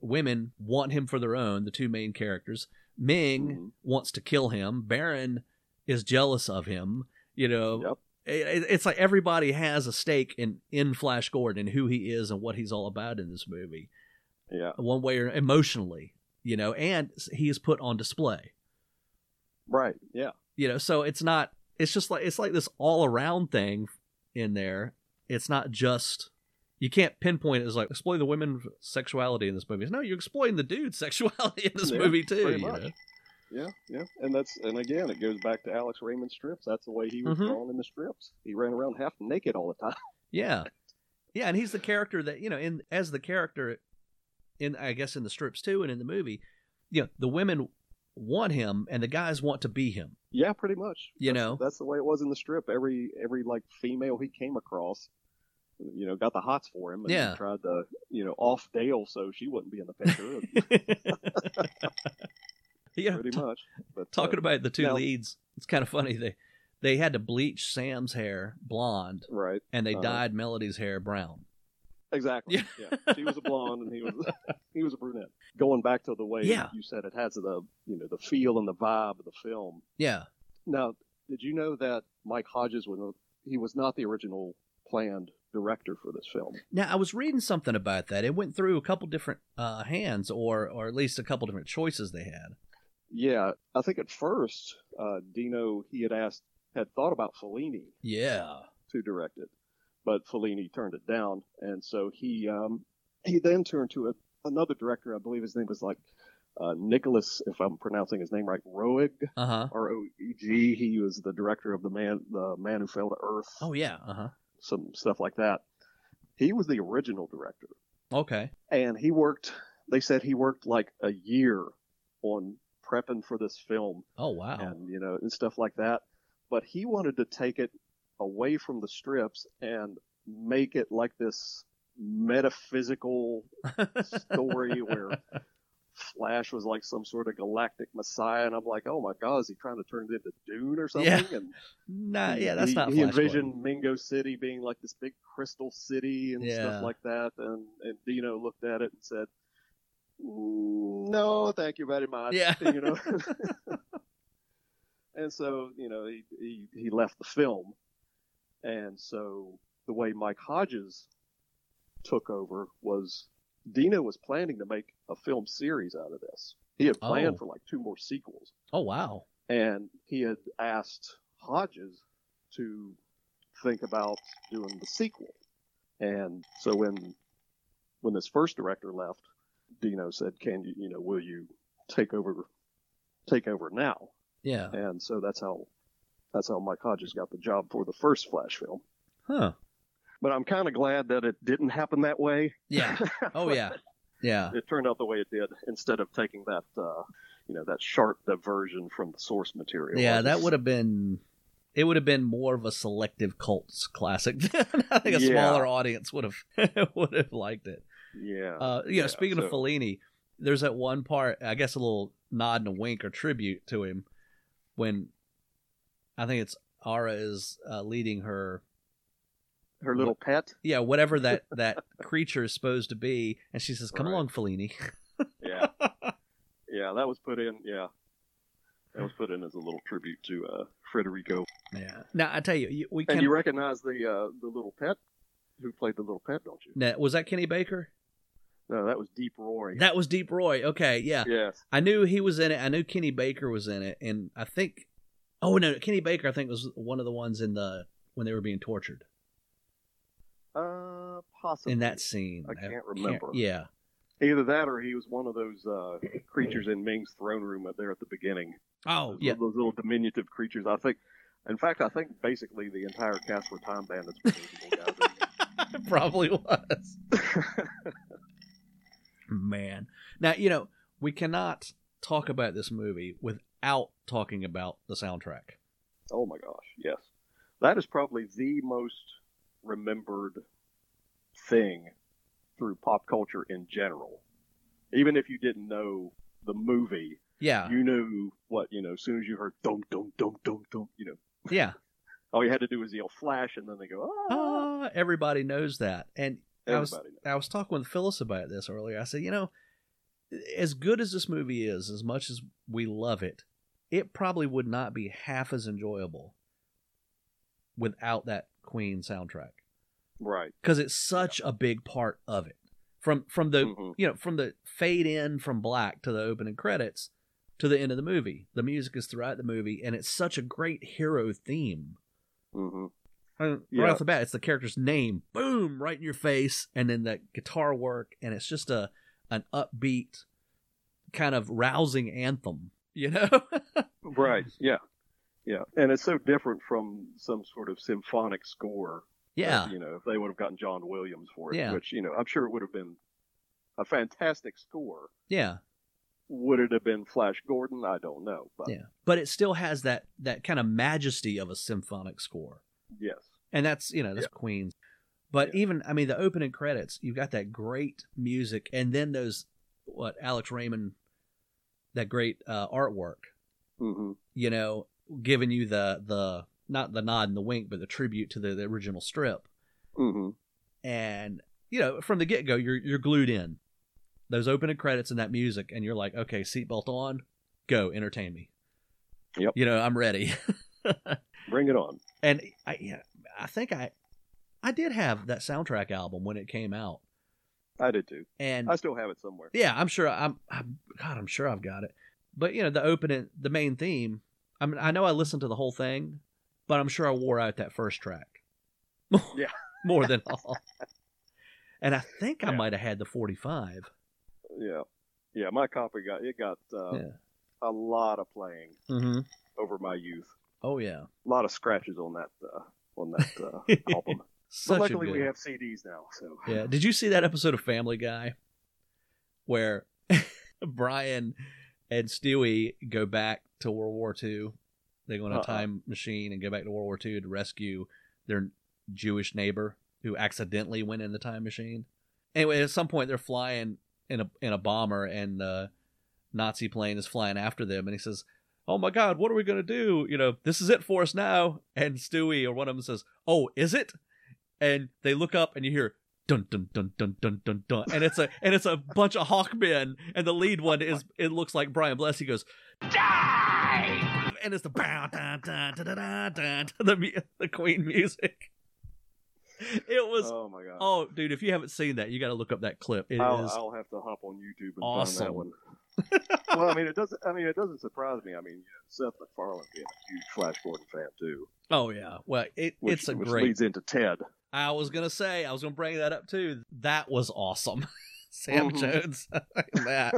S1: women want him for their own the two main characters ming
S2: Mhm.
S1: wants to kill him baron is jealous of him you know
S2: Yep.
S1: It- it- it's like everybody has a stake in in flash gordon and who he is and what he's all about in this movie
S2: Yeah.
S1: one way or emotionally you know and he is put on display
S2: Right. Yeah.
S1: you know so it's not it's just like it's like this all around thing in there it's not just you can't pinpoint it as like exploit the women's sexuality in this movie no you're exploiting the dude's sexuality in this
S2: Yeah,
S1: movie too
S2: pretty
S1: you
S2: much.
S1: know?
S2: Yeah. Yeah. And that's and again, it goes back to Alex Raymond strips. That's the way he was
S1: Mhm.
S2: drawn in the strips. He ran around half naked all the time.
S1: yeah yeah and he's the character that you know in as the character in i guess in the strips too and in the movie you know the women want him and the guys want to be him
S2: Yeah, pretty much.
S1: You
S2: That's-
S1: know.
S2: that's the way it was in the strip. Every every like female he came across, you know, got the hots for him. And
S1: Yeah.
S2: Tried to you know off Dale so she wouldn't be in the picture.
S1: yeah
S2: pretty much. But
S1: talking
S2: uh,
S1: about the two
S2: now-
S1: leads it's kind of funny they they had to bleach sam's hair blonde
S2: right.
S1: and they
S2: Uh-huh.
S1: dyed melody's hair brown
S2: Exactly.
S1: Yeah.
S2: Yeah. She was a blonde and he was he was a brunette. Going back to the way
S1: Yeah.
S2: you said it has the you know the feel and the vibe of the film.
S1: yeah
S2: Now, did you know that Mike Hodges was not- he was not the original planned director for this film?
S1: now i was reading something about that it went through a couple different uh, hands or or at least a couple different choices they had
S2: Yeah, I think at first uh, Dino he had asked had thought about Fellini
S1: yeah
S2: to direct it, but Fellini turned it down, and so he um, he then turned to a, another director. I believe his name was like uh, Nicholas, if I'm pronouncing his name right, Roeg.
S1: uh-huh
S2: R O E G. He was the director of the man, the man who fell to Earth,
S1: oh yeah uh-huh
S2: some stuff like that. He was the original director,
S1: okay
S2: and he worked. They said he worked like a year on prepping for this film,
S1: oh wow
S2: and you know, and stuff like that. But he wanted to take it away from the strips and make it like this metaphysical story where Flash was like some sort of galactic messiah, and I'm like, oh my god, is he trying to turn it into Dune or something?
S1: Yeah.
S2: And
S1: Nah, yeah, that's
S2: he,
S1: not.
S2: He
S1: Flash Gordon.
S2: envisioned Mingo City being like this big crystal city and
S1: Yeah.
S2: stuff like that, and and Dino looked at it and said, "Mm, "No, thank you very much."
S1: Yeah.
S2: you know. and so you know he, he he left the film, and so the way Mike Hodges took over was Dino was planning to make a film series out of this. He had planned
S1: Oh.
S2: for like two more sequels
S1: Oh wow.
S2: and he had asked Hodges to think about doing the sequel. And so when when this first director left, Dino said, "Can you, you know, will you take over take over now?"
S1: Yeah.
S2: And so that's how that's how Mike Hodges got the job for the first Flash film.
S1: Huh.
S2: But I'm kind of glad that it didn't happen that way.
S1: Yeah. Oh yeah. Yeah.
S2: it turned out the way it did instead of taking that uh, you know, that sharp diversion from the source material.
S1: Yeah,
S2: Like,
S1: that would have been. It would have been more of a selective cults classic. I think a
S2: Yeah.
S1: smaller audience would have would have liked it.
S2: yeah.
S1: Uh, yeah,
S2: Yeah,
S1: speaking of
S2: so-
S1: Fellini, there's that one part, I guess a little nod and a wink or tribute to him when I think it's Ara is uh, leading her,
S2: her little pet.
S1: yeah, whatever that that creature is supposed to be, and she says, "Come
S2: Right.
S1: along, Fellini."
S2: Yeah. yeah, that was put in. Yeah. That was put in as a little tribute to uh, Federico.
S1: Yeah. Now I tell you, you- we
S2: And
S1: can.
S2: you recognize the uh, the little pet who played the little pet, don't you?
S1: Now, was that Kenny Baker?
S2: No, that was Deep Roy.
S1: That was Deep Roy. Okay, yeah.
S2: yes.
S1: I knew he was in it. I knew Kenny Baker was in it, and I think, oh no, Kenny Baker, I think was one of the ones in the when they were being tortured
S2: Uh, possibly.
S1: in that scene.
S2: I can't remember.
S1: yeah.
S2: Either that or he was one of those uh, creatures in Ming's throne room up there at the beginning.
S1: Oh
S2: Those-
S1: yeah.
S2: Those little diminutive creatures. I think. In fact, I think basically the entire cast were time bandits. for those little guys.
S1: It probably was. Man. Now, you know, we cannot talk about this movie without talking about the soundtrack.
S2: Oh my gosh, yes. That is probably the most remembered thing through pop culture in general. Even if you didn't know the movie,
S1: Yeah.
S2: you knew what, you know, as soon as you heard dum dum dum dum dum, you know,
S1: Yeah.
S2: all you had to do was yell flash and then they go, ah,
S1: Ah, everybody knows that. And I was
S2: everybody knows.
S1: I was talking with Phyllis about this earlier. I said, you know, as good as this movie is, as much as we love it, it probably would not be half as enjoyable without that Queen soundtrack.
S2: Right.
S1: because it's such a big part of it. From from the
S2: Mhm.
S1: you know from the fade in from black to the opening credits to the end of the movie, the music is throughout the movie, and it's such a great hero theme.
S2: Mm-hmm.
S1: I mean, Right
S2: Yeah.
S1: off the bat, it's the character's name, boom, right in your face, and then that guitar work, and it's just a an upbeat, kind of rousing anthem. You know,
S2: Right. Yeah. Yeah. And it's so different from some sort of symphonic score
S1: yeah,
S2: you know, if they would have gotten John Williams for it,
S1: Yeah.
S2: which, you know, I'm sure it would have been a fantastic score.
S1: yeah,
S2: Would it have been Flash Gordon? I don't know. But
S1: yeah. But it still has that that kind of majesty of a symphonic score.
S2: yes.
S1: and that's you know that's Queens. But even I mean the opening credits, you've got that great music, and then those what Alex Raymond, that great uh, artwork,
S2: hmm
S1: you know, giving you the the not the nod and the wink, but the tribute to the, the original strip,
S2: hmm
S1: and you know from the get go you're you're glued in. Those opening credits and that music, and you're like, okay, seatbelt on, go entertain me.
S2: Yep.
S1: You know, I'm ready.
S2: Bring it on.
S1: and I yeah, I think I I did have that soundtrack album when it came out,
S2: I did too.
S1: and
S2: I still have it somewhere.
S1: yeah, I'm sure I'm, I'm God, I'm sure I've got it. But you know, the opening, the main theme. I mean, I know I listened to the whole thing, but I'm sure I wore out that first track.
S2: Yeah.
S1: more than all. And I think I
S2: Yeah.
S1: might have had the 45.
S2: Yeah. Yeah. My copy got, it got uh,
S1: Yeah.
S2: a lot of playing
S1: Mm-hmm.
S2: over my youth.
S1: Oh yeah,
S2: A lot of scratches on that, uh, on that uh, album.
S1: such
S2: but luckily
S1: a good.
S2: we have CDs now. So
S1: Yeah. Did you see that episode of Family Guy where Brian and Stewie go back to World War II? They go on a
S2: Uh-uh.
S1: time machine and go back to World War II to rescue their Jewish neighbor who accidentally went in the time machine. Anyway, at some point they're flying in a in a bomber and uh, Nazi plane is flying after them, and he says, "Oh my God, what are we gonna do? You know, this is it for us now." And Stewie or one of them says, "Oh, is it?" And they look up, and you hear dun dun dun dun dun dun dun, and it's a and it's a bunch of hawkmen, and the lead one is it looks like Brian Bless. He goes, "Die!" And it's the bow, dun, dun, dun, dun, dun, dun, the mu- the Queen music. It was
S2: Oh oh. my god.
S1: Oh, dude, if you haven't seen that, you got to look up that clip. It is
S2: I'll, I'll have to hop on YouTube and find
S1: awesome.
S2: that one. well, I mean, it doesn't. I mean, it doesn't surprise me. I mean, you know, Seth MacFarlane being a huge Flash Gordon fan too,
S1: Oh yeah. Well, it,
S2: which,
S1: it's a
S2: which
S1: great.
S2: leads into Ted.
S1: I was gonna say, I was gonna bring that up too. That was awesome, Sam
S2: Mhm.
S1: Jones. like that.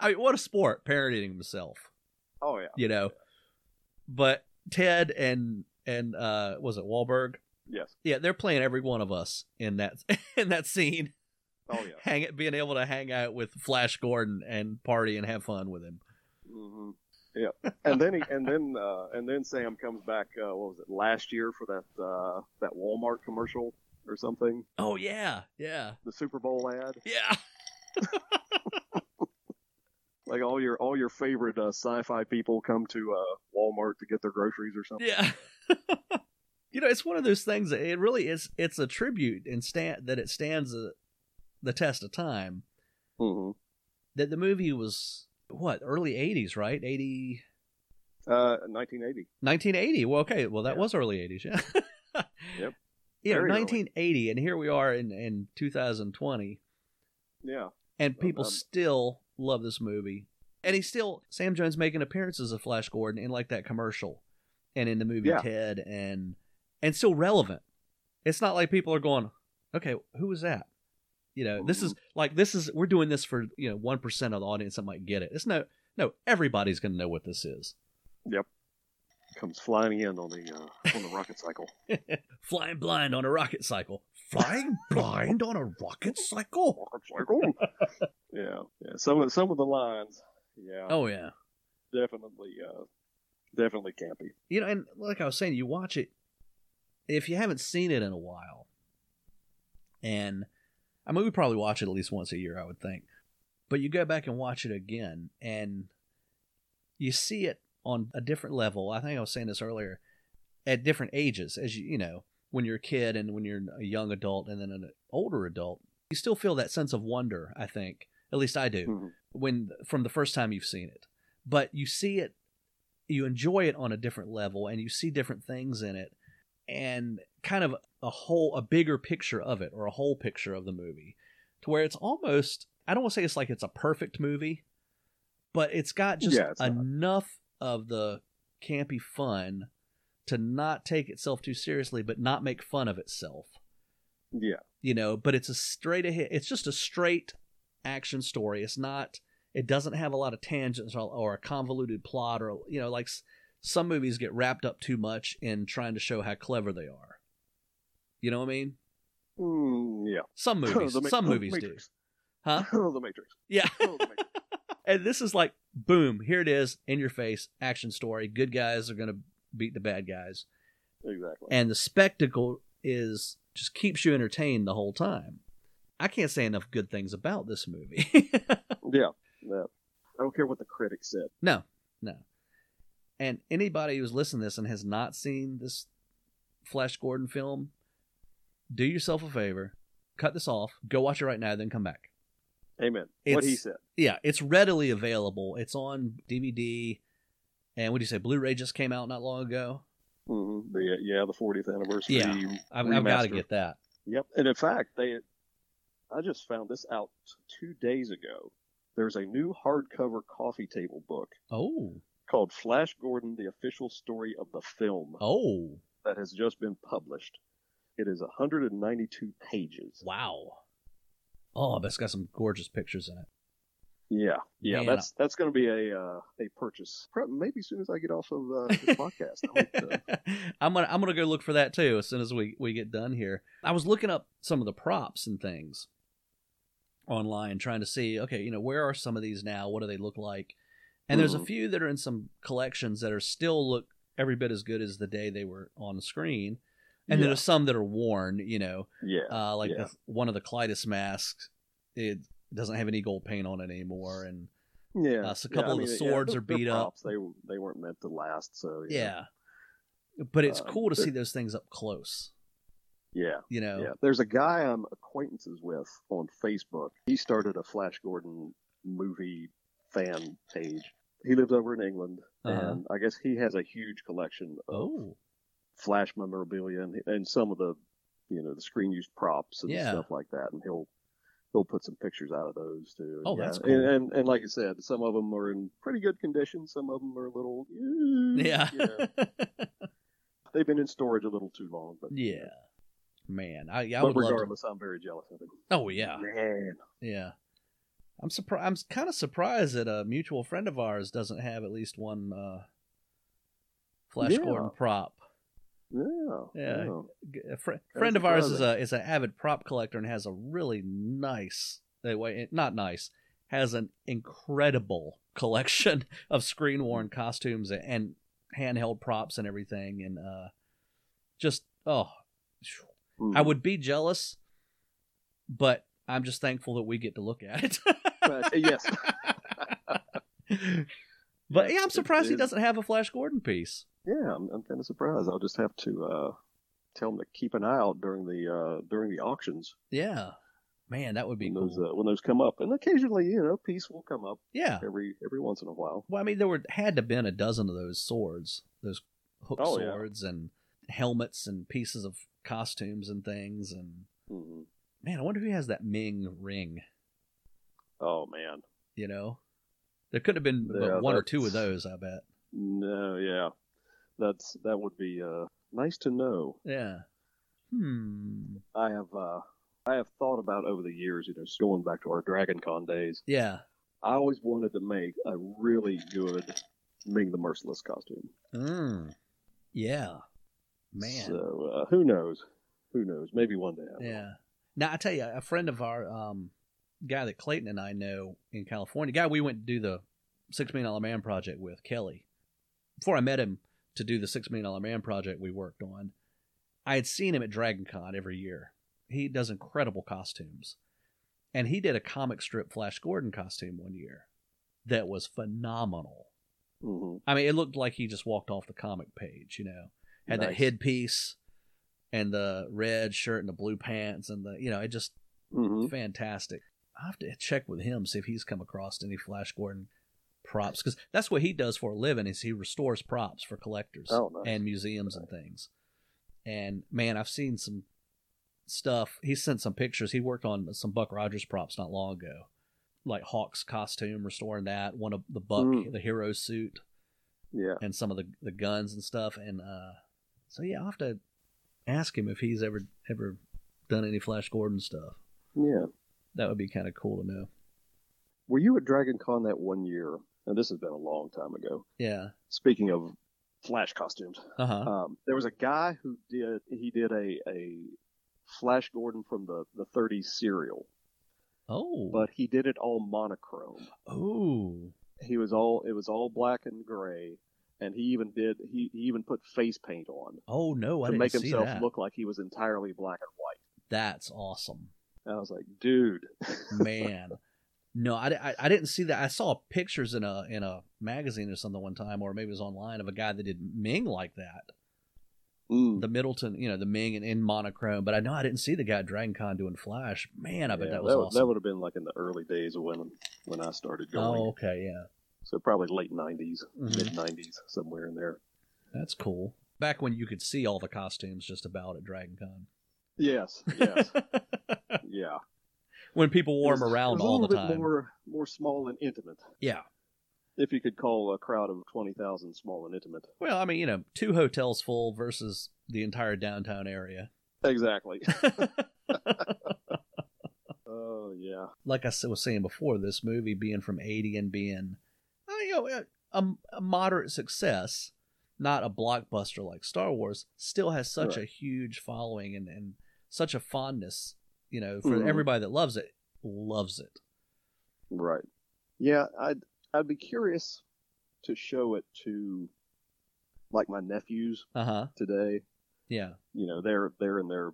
S1: I mean, what a sport parodying himself.
S2: Oh yeah,
S1: You know, but Ted and and uh was it Wahlberg?
S2: yes.
S1: Yeah, they're playing every one of us in that in that scene.
S2: Oh yeah.
S1: Hang it, being able to hang out with Flash Gordon and party and have fun with him.
S2: hmm Yeah. And then he, and then uh, and then Sam comes back. Uh, what was it last year for that uh, that Walmart commercial or something?
S1: Oh yeah, yeah,
S2: The Super Bowl ad.
S1: yeah.
S2: Like all your all your favorite uh, sci-fi people come to uh, Walmart to get their groceries or something.
S1: Yeah. you know, it's one of those things. that It really is. It's a tribute and stand that it stands the, the test of time.
S2: Mhm.
S1: That the movie was what early '80s, right? 80,
S2: Uh, 1980.
S1: 1980. Well, okay. Well, that
S2: Yeah.
S1: was early '80s. Yeah.
S2: Yep.
S1: Yeah,
S2: Very early.
S1: 1980, and here we are in in 2020,
S2: Yeah.
S1: and people
S2: Um,
S1: still love this movie. And he's still Sam Jones making appearances of Flash Gordon in like that commercial, and in the movie
S2: Yeah.
S1: Ted, and and still relevant. It's not like people are going, okay, who was that? You know, this is
S2: Mm-hmm.
S1: like this is we're doing this for you know one percent of the audience that might get it. It's no no everybody's gonna know what this is.
S2: Comes flying in on the uh, on the rocket cycle.
S1: Flying blind on a rocket cycle. Flying blind on a rocket cycle.
S2: Rocket cycle. yeah. Yeah. Some of some of the lines. Yeah.
S1: Oh yeah.
S2: Definitely. Uh, definitely campy.
S1: you know, and like I was saying, you watch it if you haven't seen it in a while, and I mean, we probably watch it at least once a year, I would think. But you go back and watch it again, and you see it on a different level. I think I was saying this earlier at different ages, as you you know, when you're a kid and when you're a young adult and then an older adult, you still feel that sense of wonder. I think, at least I do,
S2: Mhm.
S1: when from the first time you've seen it. But you see it you enjoy it on a different level and you see different things in it and kind of a whole a bigger picture of it or a whole picture of the movie to where it's almost i don't want to say it's like it's a perfect movie but it's got just
S2: Yeah, it's not.
S1: enough of the campy fun to not take itself too seriously but not make fun of itself
S2: Yeah.
S1: you know but it's a straight ahead it's just a straight action story it's not it doesn't have a lot of tangents or, or a convoluted plot or you know like s- some movies get wrapped up too much in trying to show how clever they are you know what i mean
S2: Mm, yeah.
S1: some movies
S2: The Ma-
S1: some
S2: the
S1: movies do
S2: Matrix.
S1: huh
S2: Oh, the Matrix.
S1: yeah
S2: Oh, the Matrix.
S1: and this is like boom here it is in your face action story good guys are gonna beat the bad guys
S2: exactly.
S1: and the spectacle is just keeps you entertained the whole time i can't say enough good things about this movie
S2: yeah. yeah. I don't care what the critics said.
S1: No, no. And anybody who's listening to this and has not seen this Flash Gordon film, do yourself a favor, cut this off, go watch it right now, then come back.
S2: Amen. what
S1: It's-
S2: he said.
S1: Yeah, it's readily available. It's on DVD, and what do you say? Blu-ray just came out not long ago.
S2: hmm The, yeah, the 40th anniversary.
S1: Yeah. I've, I've got to
S2: Remaster.
S1: get that.
S2: Yep. And in fact, they. I just found this out two days ago. There's a new hardcover coffee table book
S1: Oh,
S2: called Flash Gordon: The Official Story of the Film
S1: oh,
S2: that has just been published. It is 192 pages.
S1: wow. Oh, but it's got some gorgeous pictures in it.
S2: Yeah, yeah,
S1: Man.
S2: that's that's going to be a uh, a purchase. Prob- Maybe as soon as I get off of uh, this podcast, I might, uh,
S1: I'm gonna I'm gonna go look for that too as soon as we we get done here. I was looking up some of the props and things online, trying to see okay, you know, where are some of these now? What do they look like? And there's a
S2: Mhm.
S1: few that are in some collections that are still look every bit as good as the day they were on screen. And then
S2: Yeah.
S1: there's some that are worn, you know,
S2: yeah,
S1: uh, like
S2: yeah.
S1: the, one of the Clytus masks, it doesn't have any gold paint on it anymore, and
S2: Yeah,
S1: Uh, so a
S2: yeah,
S1: couple
S2: I
S1: of the
S2: mean, yeah,
S1: swords
S2: they're-
S1: are beat
S2: they're
S1: up.
S2: props. They they weren't meant to last. So
S1: Yeah. But it's
S2: Um,
S1: cool to
S2: but-
S1: see those things up close,
S2: yeah,
S1: you know?
S2: yeah. There's a guy I'm acquaintances with on Facebook. He started a Flash Gordon movie fan page. He lives over in England,
S1: Uh-huh.
S2: and I guess he has a huge collection of
S1: Oh,
S2: Flash memorabilia and, and some of the, you know, the screen used props and
S1: Yeah.
S2: stuff like that. And he'll he'll put some pictures out of those too.
S1: Oh, that's
S2: Yeah.
S1: cool.
S2: And, and and like I said, some of them are in pretty good condition. Some of them are a little. eh,
S1: yeah.
S2: you know. they've been in storage a little too long, but
S1: yeah. Man, I, I
S2: but
S1: would love to
S2: regardless, I'm very jealous of it.
S1: Oh yeah,
S2: Man.
S1: yeah. I'm surprised. I'm kind of surprised that a mutual friend of ours doesn't have at least one uh, Flash
S2: Yeah.
S1: Gordon prop.
S2: Yeah.
S1: Yeah.
S2: yeah.
S1: G- A fr- friend of ours is a
S2: surprising.
S1: is an avid prop collector and has a really nice, eh, wait, eh, not nice, has an incredible collection of screen worn costumes and, and handheld props and everything, and uh, just oh, phew.
S2: Hmm.
S1: I would be jealous, but I'm just thankful that we get to look at it.
S2: But, uh, yes.
S1: but yeah,
S2: Yes,
S1: I'm
S2: it
S1: surprised he
S2: is.
S1: doesn't have a Flash Gordon piece.
S2: Yeah, I'm, I'm kind of surprised. I'll just have to uh, tell them to keep an eye out during the uh, during the auctions
S1: Yeah, man, that would be
S2: when
S1: cool.
S2: those uh, when those come up, and occasionally, you know, piece will come up
S1: yeah.
S2: every every once in a while.
S1: Well, I mean, there were had to been a dozen of those swords, those hook
S2: Oh, yeah.
S1: swords and helmets and pieces of costumes and things. And
S2: Mhm.
S1: man, I wonder who has that Ming ring.
S2: Oh man,
S1: You know, there could have been
S2: Yeah,
S1: but one or
S2: that's-
S1: two of those. I bet.
S2: no, yeah, that's that would be uh, nice to know.
S1: Yeah. Hmm.
S2: I have uh, I have thought about over the years, you know, just going back to our Dragon Con days.
S1: Yeah.
S2: I always wanted to make a really good Ming the Merciless costume.
S1: Mm. Yeah. Man.
S2: So uh, who knows? Who knows? Maybe one day. I will.
S1: Yeah. Now I tell you, a friend of our um, guy that Clayton and I know in California, guy we went to do the Six Million Dollar Man project with, Kelly. Before I met him to do the Six Million Dollar Man project we worked on, I had seen him at Dragon Con every year. He does incredible costumes, and he did a comic strip Flash Gordon costume one year that was phenomenal.
S2: Mhm.
S1: I mean, it looked like he just walked off the comic page, you know. Had that
S2: Nice.
S1: headpiece and the red shirt and the blue pants and the, you know, it just
S2: Mhm.
S1: fantastic. I have to check with him see if he's come across any Flash Gordon props because that's what he does for a living is he restores props for collectors
S2: Oh, nice.
S1: and museums and things. And man, I've seen some stuff. He sent some pictures. He worked on some Buck Rogers props not long ago, like Hawk's costume, restoring that one of the Buck,
S2: Mm.
S1: the hero suit
S2: Yeah.
S1: and some of the, the guns and stuff. And uh, so yeah, I'll have to ask him if he's ever ever done any Flash Gordon stuff.
S2: Yeah.
S1: That would be kind of cool to know.
S2: Were you at Dragon Con that one year? And this has been a long time ago.
S1: Yeah.
S2: Speaking of Flash costumes,
S1: Uh huh.
S2: um, there was a guy who did he did a a Flash Gordon from the the 30s serial,
S1: Oh.
S2: but he did it all monochrome.
S1: oh.
S2: He was all it was all black and gray, and he even did he, he even put face paint on
S1: Oh no! I
S2: to
S1: didn't
S2: make
S1: see
S2: himself
S1: that.
S2: look like he was entirely black and white.
S1: That's awesome,
S2: And I was like, dude,
S1: man. no, I, di- I, I didn't see that. I saw pictures in a in a magazine or something one time, or maybe it was online of a guy that did Ming like that.
S2: mm,
S1: The Middleton, you know, the Ming in, in monochrome. But I know I didn't see the guy at Dragon Con doing Flash. Man, I bet
S2: yeah,
S1: that was
S2: that, would-
S1: awesome.
S2: that would have been like in the early days of when when I started going.
S1: oh, okay, yeah.
S2: So probably late 90s,
S1: Mhm.
S2: mid 90s, somewhere in there.
S1: That's cool. Back when you could see all the costumes just about at Dragon Con.
S2: Yes, yes, yeah.
S1: when people wore
S2: It
S1: them
S2: was-
S1: around
S2: it was
S1: all the
S2: a little bit
S1: time.
S2: More, more small and intimate.
S1: Yeah.
S2: If you could call a crowd of 20,000 small and intimate.
S1: Well, I mean, you know, two hotels full versus the entire downtown area.
S2: Exactly. oh, yeah.
S1: Like I s- was saying before, this movie being from 80 and being, uh, you know, a- a, a moderate success, not a blockbuster like Star Wars, still has such a huge following and, and such a fondness, you know, for
S2: Mhm.
S1: everybody that loves it, loves it.
S2: Right. Yeah, I'd, I'd be curious to show it to, like, my nephews
S1: Uh huh.
S2: today.
S1: Yeah.
S2: you know they're they're in their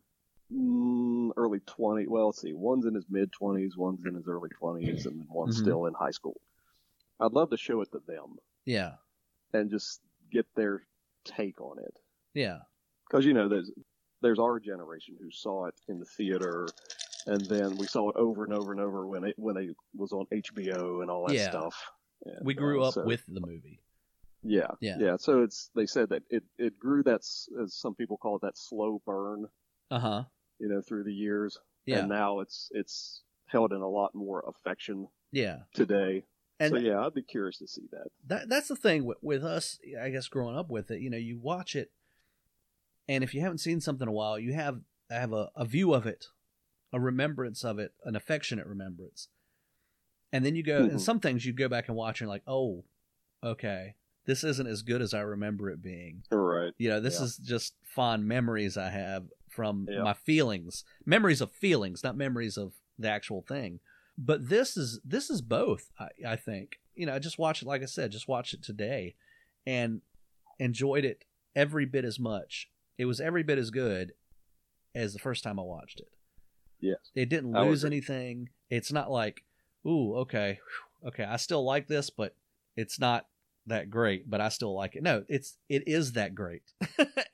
S2: mm, early 20 well let's see one's in his mid 20s one's in his early 20s and one's
S1: Mhm.
S2: still in high school I'd love to show it to them
S1: Yeah.
S2: and just get their take on it.
S1: Yeah.
S2: because you know there's there's our generation who saw it in the theater and then we saw it over and over and over when it when it was on HBO and all that
S1: Yeah.
S2: stuff. And,
S1: We grew
S2: uh,
S1: up
S2: so-
S1: with the movie.
S2: yeah,
S1: Yeah.
S2: yeah, So it's they said that it it grew that s- as some people call it that slow burn,
S1: Uh huh.
S2: you know, through the years.
S1: Yeah.
S2: And now it's it's held in a lot more affection
S1: yeah.
S2: today.
S1: And
S2: so yeah, I'd be curious to see that.
S1: that that's the thing with, with us i guess growing up with it you know you watch it and if you haven't seen something in a while you have have a, a view of it a remembrance of it an affectionate remembrance and then you go
S2: Mhm.
S1: and some things you go back and watch and you're like oh okay this isn't as good as i remember it being
S2: Right.
S1: you know this
S2: Yeah.
S1: is just fond memories i have from
S2: Yeah.
S1: my feelings memories of feelings not memories of the actual thing but this is this is both i, I think you know I just watch it like i said just watch it today and enjoyed it every bit as much it was every bit as good as the first time i watched it
S2: Yes.
S1: it didn't
S2: I would
S1: lose
S2: agree.
S1: anything it's not like ooh okay whew, okay i still like this but it's not that great but i still like it no it's it is that great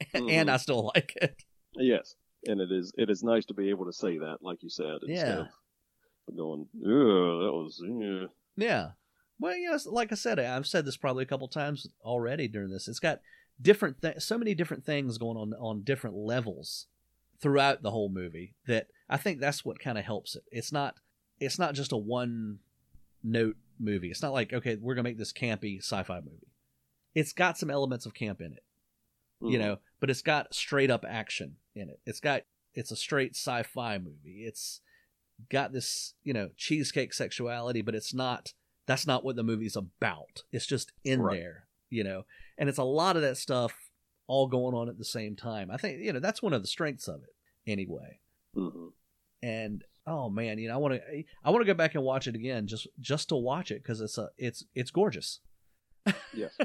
S1: and i still like it
S2: Yes. And it is it is nice to be able to say that, like you said. Instead
S1: Yeah.
S2: of going, Ugh, that was yeah.
S1: yeah well yes like i said i've said this probably a couple times already during this it's got different th- so many different things going on on different levels throughout the whole movie that i think that's what kind of helps it it's not it's not just a one note movie it's not like okay we're gonna make this campy sci-fi movie it's got some elements of camp in it you
S2: Mhm.
S1: know but it's got straight up action in it it's got it's a straight sci-fi movie it's got this you know cheesecake sexuality but it's not that's not what the movie's about it's just in
S2: Right.
S1: there you know and it's a lot of that stuff all going on at the same time i think you know that's one of the strengths of it anyway
S2: Mhm.
S1: and oh man you know i want to i want to go back and watch it again just just to watch it because it's a it's it's gorgeous
S2: Yes,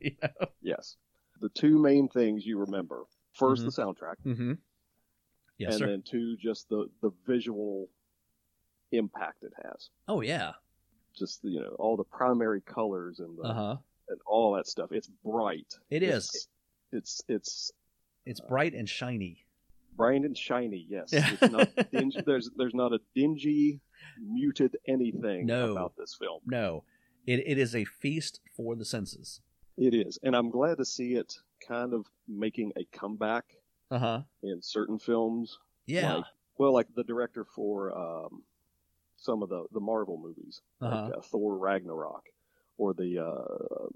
S1: you know?
S2: yes. The two main things you remember 1st the soundtrack,
S1: mm-hmm. yes
S2: and
S1: sir
S2: then two, just the the visual impact it has.
S1: oh yeah
S2: Just you know, all the primary colors and the,
S1: uh-huh
S2: and all that stuff. It's bright.
S1: It is.
S2: It's it's, it's
S1: It's bright and shiny.
S2: bright and shiny. Yes,
S1: Yeah.
S2: it's not dingy. There's there's not a dingy, muted anything
S1: No.
S2: about this film.
S1: No, it, it is a feast for the senses.
S2: It is, and I'm glad to see it kind of making a comeback
S1: Uh huh.
S2: in certain films.
S1: Yeah.
S2: Uh-huh. Like, well, like the director for um, some of the, the Marvel movies,
S1: uh-huh.
S2: like uh, Thor Ragnarok, or the uh,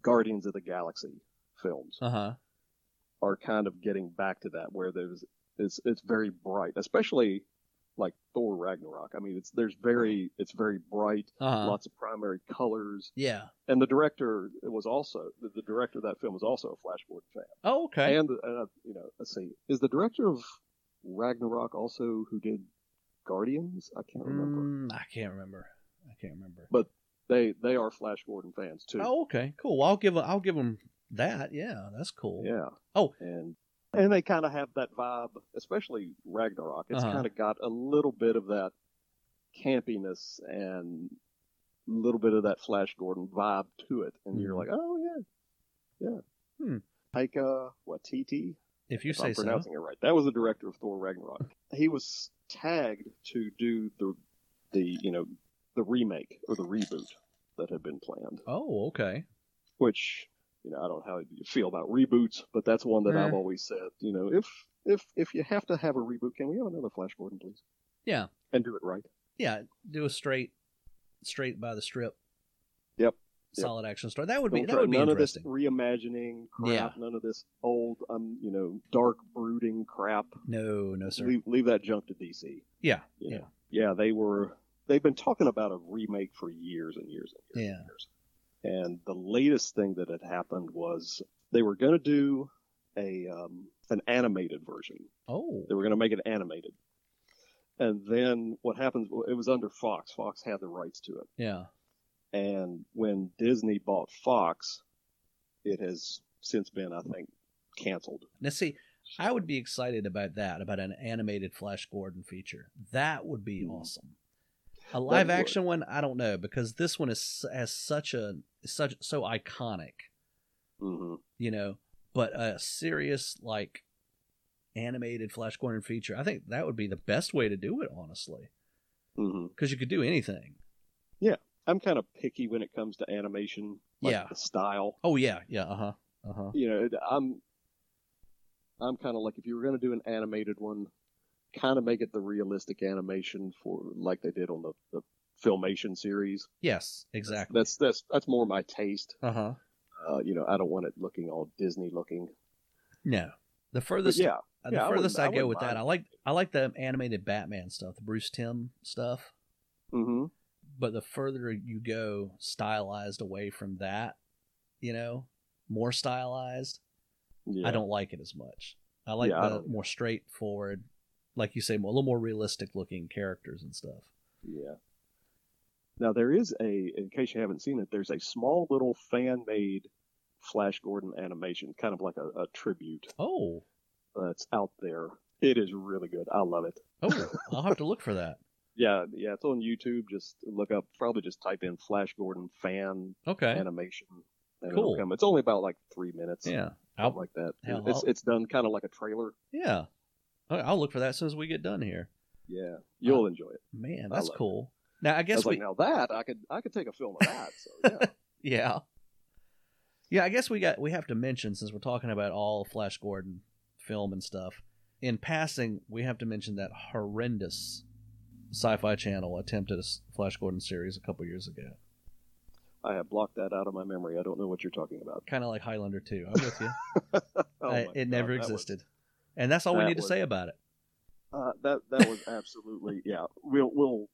S2: Guardians of the Galaxy films,
S1: Uh huh.
S2: are kind of getting back to that where there's it's it's very bright, especially like Thor Ragnarok. I mean, it's there's very it's very bright,
S1: Uh huh.
S2: lots of primary colors,
S1: Yeah.
S2: and the director was also the, the director of that film was also a Flash Gordon fan.
S1: Oh, okay.
S2: And uh, you know, let's see, is the director of Ragnarok also who did Guardians? I can't remember.
S1: Mm, I can't remember. I can't remember.
S2: But They they are Flash Gordon fans too.
S1: oh, okay. Cool. Well, I'll give a, I'll give them that. Yeah, that's cool.
S2: yeah.
S1: Oh.
S2: and and they kind of have that vibe, especially Ragnarok. It's
S1: Uh-huh.
S2: kind of got a little bit of that campiness and a little bit of that Flash Gordon vibe to it, and you're
S1: Mhm.
S2: like, oh yeah, yeah.
S1: Hmm.
S2: Taika Waititi,
S1: If you
S2: if
S1: say
S2: I'm
S1: so.
S2: pronouncing it right. That was the director of Thor Ragnarok. He was tagged to do the the you know the remake or the reboot that had been planned.
S1: Oh, okay.
S2: Which you know I don't know how you feel about reboots, but that's one that
S1: Eh.
S2: I've always said. You know if if if you have to have a reboot, can we have another Flash Gordon, please?
S1: Yeah.
S2: and do it right.
S1: Yeah. Do a straight, straight by the strip.
S2: Yep.
S1: Solid action story. That would be
S2: Don't
S1: that
S2: try-
S1: would be
S2: none of this
S1: interesting.
S2: reimagining crap.
S1: Yeah.
S2: None of this old um you know dark brooding crap.
S1: No, no, sir.
S2: Leave, leave that junk to DC.
S1: Yeah.
S2: you
S1: Yeah.
S2: know. yeah, they were. They've been talking about a remake for years and years and years. And, years. and the latest thing that had happened was they were going to do a um, an animated version.
S1: Oh.
S2: They were going to make it animated. And then what happens? well, It was under Fox. Fox had the rights to it.
S1: Yeah.
S2: And when Disney bought Fox, it has since been, I think, canceled.
S1: Now, see, I would be excited about that, about an animated Flash Gordon feature. That would be
S2: Mhm.
S1: awesome. A live
S2: would-
S1: action one, I don't know because this one is has such a such so iconic,
S2: hmm
S1: you know. But a serious like animated Flash Gordon feature, I think that would be the best way to do it, honestly,
S2: hmm
S1: because you could do anything.
S2: I'm kind of picky when it comes to animation, like
S1: Yeah.
S2: the style.
S1: Oh yeah, yeah, uh huh, uh huh.
S2: You know, I'm I'm kind of like if you were going to do an animated one, kind of make it the realistic animation for like they did on the, the filmation series.
S1: Yes, exactly.
S2: That's that's that's more my taste.
S1: Uh huh.
S2: Uh, you know, I don't want it looking all Disney looking.
S1: No, the
S2: But
S1: furthest Uh,
S2: yeah, Yeah, I
S1: the
S2: wouldn't-
S1: furthest
S2: I
S1: I, go
S2: wouldn't
S1: with that,
S2: mind.
S1: I like I like the animated Batman stuff, the Bruce Tim stuff.
S2: hmm
S1: But the further you go stylized away from that, you know, more stylized,
S2: yeah.
S1: I don't like it as much. I like
S2: Yeah, I
S1: the
S2: don't-
S1: more straightforward, like you say, more, a little more realistic looking characters and stuff.
S2: Yeah. Now there is a, in case you haven't seen it, there's a small little fan-made Flash Gordon animation, kind of like a, a tribute
S1: Oh,
S2: that's out there. It is really good. I love it.
S1: oh, I'll have to look for that.
S2: Yeah, yeah, it's on YouTube. Just look up. Probably just type in Flash Gordon fan
S1: Okay,
S2: animation. And
S1: Cool.
S2: it'll come. It's only about like three minutes.
S1: yeah,
S2: something
S1: I'll,
S2: like that.
S1: hell,
S2: it's
S1: I'll-
S2: it's done kind of like a trailer.
S1: yeah, Okay, I'll look for that as soon as we get done here.
S2: Yeah, you'll enjoy it.
S1: Man,
S2: I
S1: that's
S2: love it.
S1: cool. Now I
S2: I
S1: guess
S2: was
S1: we
S2: like, now that I could I could take a film of that. So yeah.
S1: Yeah. Yeah, I guess we got we have to mention since we're talking about all Flash Gordon film and stuff. In passing, we have to mention that horrendous Sci-Fi Channel attempted a s- Flash Gordon series a couple years ago,
S2: I have blocked that out of my memory. I don't know what you're talking about.
S1: kind of like Highlander 2. I'm with you.
S2: Oh
S1: I-
S2: my
S1: it
S2: God,
S1: never
S2: that was-
S1: existed, and that's all we
S2: that
S1: need to
S2: was-
S1: say about it.
S2: uh, that that was absolutely yeah. We'll we'll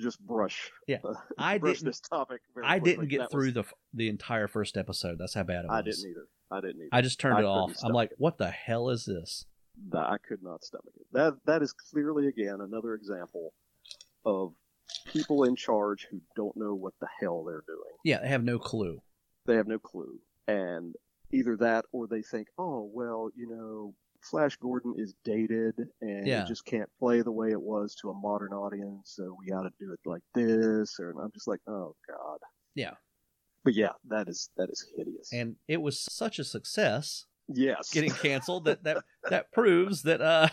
S2: just brush.
S1: Yeah.
S2: uh,
S1: I
S2: brush
S1: didn't.
S2: this topic. Very
S1: I
S2: quickly.
S1: didn't get
S2: That
S1: through
S2: was-
S1: the f- the entire first episode. That's how bad it was.
S2: I didn't either. I didn't either.
S1: I just turned
S2: I
S1: it
S2: couldn't
S1: off. I'm
S2: stomach
S1: like,
S2: it.
S1: what the hell is this?
S2: That I could not stomach it. That that is clearly again another example of people in charge who don't know what the hell they're doing.
S1: Yeah, I have no clue.
S2: They have no clue, and either that or they think, oh well, you know. Flash Gordon is dated and
S1: Yeah.
S2: it just can't play the way it was to a modern audience, so we got to do it like this. Or and I'm just like, oh god.
S1: Yeah,
S2: But yeah, that is that is hideous.
S1: and it was such a success
S2: yes,
S1: getting canceled that that that proves that uh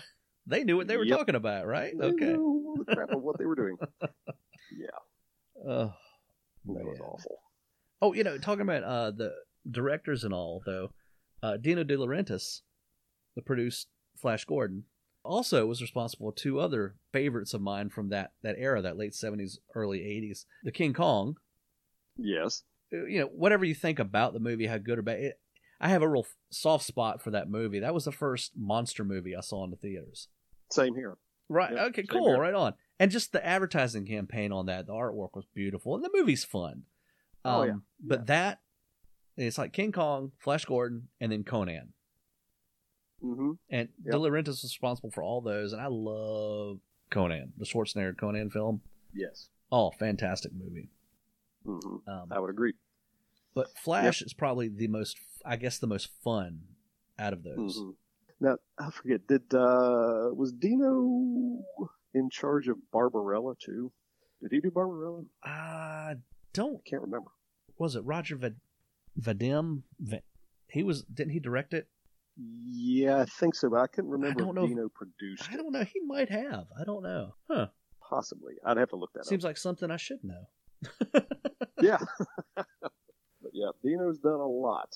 S1: they knew what they were
S2: Yep.
S1: talking about right
S2: They
S1: okay
S2: knew the crap of what they were doing. That
S1: oh
S2: was
S1: man.
S2: awful.
S1: oh you know talking about uh the directors and all though uh dino de laurentiis the produced flash gordon also was responsible for two other favorites of mine from that that era that late 70s early 80s the king kong
S2: Yes.
S1: uh, you know whatever you think about the movie how good or bad it, i have a real soft spot for that movie that was the first monster movie i saw in the theaters
S2: Same here.
S1: Right.
S2: Yep,
S1: okay.
S2: same
S1: Cool.
S2: here.
S1: Right on. And just the advertising campaign on that, the artwork was beautiful, and the movie's fun. Um,
S2: Oh, yeah.
S1: But that, it's like King Kong, Flash Gordon, and then Conan.
S2: Mm-hmm.
S1: And
S2: Yep.
S1: De Laurentiis was responsible for all those, and I love Conan, the Schwarzenegger Conan film.
S2: Yes.
S1: Oh, fantastic movie.
S2: hmm
S1: Um,
S2: I would agree.
S1: but Flash is probably the most, I guess, the most fun out of those.
S2: hmm Now I forget. Did uh, was Dino in charge of Barbarella too? Did he do Barbarella?
S1: I don't.
S2: I can't remember.
S1: Was it Roger Vad- Vadim? Va- he was. Didn't he direct it?
S2: Yeah, I think so, but I couldn't remember
S1: don't
S2: if
S1: know if-
S2: Dino produced
S1: I
S2: it.
S1: don't know. He might have. I don't know. Huh.
S2: Possibly. I'd have to look that up.
S1: Seems like something I should know.
S2: Yeah. but yeah, Dino's done a lot.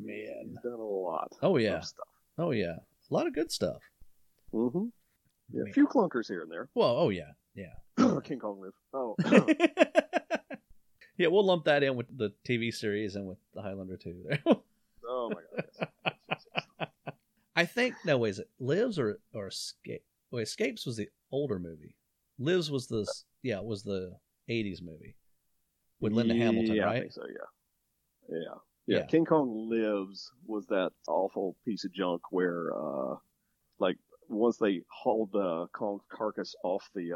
S1: Man.
S2: He's done a lot.
S1: Oh yeah.
S2: Of stuff.
S1: Oh yeah. A lot of good stuff.
S2: hmm Yeah,
S1: Man.
S2: a few clunkers here and there.
S1: Well, oh yeah. Yeah.
S2: King Kong live. Oh,
S1: yeah, we'll lump that in with the TV series and with the Highlander too. There.
S2: oh my God. yes.
S1: I think no, wait, is it lives or or escape? Oh, escapes was the older movie. Lives was the s- yeah was the '80s movie with Linda Hamilton,
S2: yeah, I
S1: right?
S2: think so yeah. yeah, yeah,
S1: Yeah.
S2: King Kong Lives was that awful piece of junk where, uh, like, once they hauled uh, Kong's carcass off the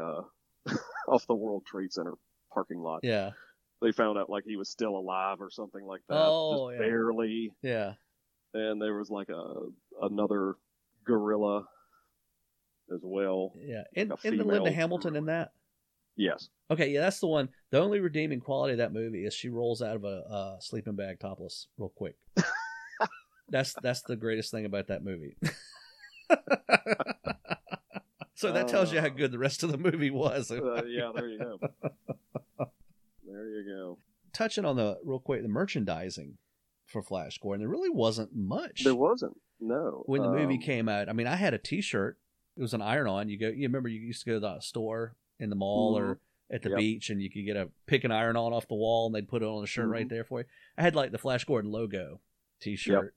S2: uh, off the World Trade Center parking lot,
S1: Yeah,
S2: they found out like he was still alive or something like that,
S1: Oh,
S2: just
S1: yeah.
S2: barely.
S1: yeah.
S2: and there was like a another gorilla as well.
S1: Yeah, in,
S2: Like a
S1: in the
S2: female
S1: Linda Hamilton in that.
S2: Yes.
S1: Okay, yeah, that's the one. The only redeeming quality of that movie is she rolls out of a, uh sleeping bag topless real quick. that's that's the greatest thing about that movie. so that tells you how good the rest of the movie was.
S2: Uh, yeah, there you go. there you go.
S1: Touching on the real quick the merchandising for Flash Gordon, there really wasn't much
S2: There wasn't. No.
S1: when the movie
S2: Um,
S1: came out. I mean, I had a T-shirt. It was an iron-on. You go. You remember you used to go to the store in the mall or at the
S2: Mm-hmm. Yep.
S1: beach, and you could get a pick an iron-on off the wall, and they'd put it on a shirt
S2: Mm-hmm.
S1: right there for you. I had like the Flash Gordon logo T-shirt,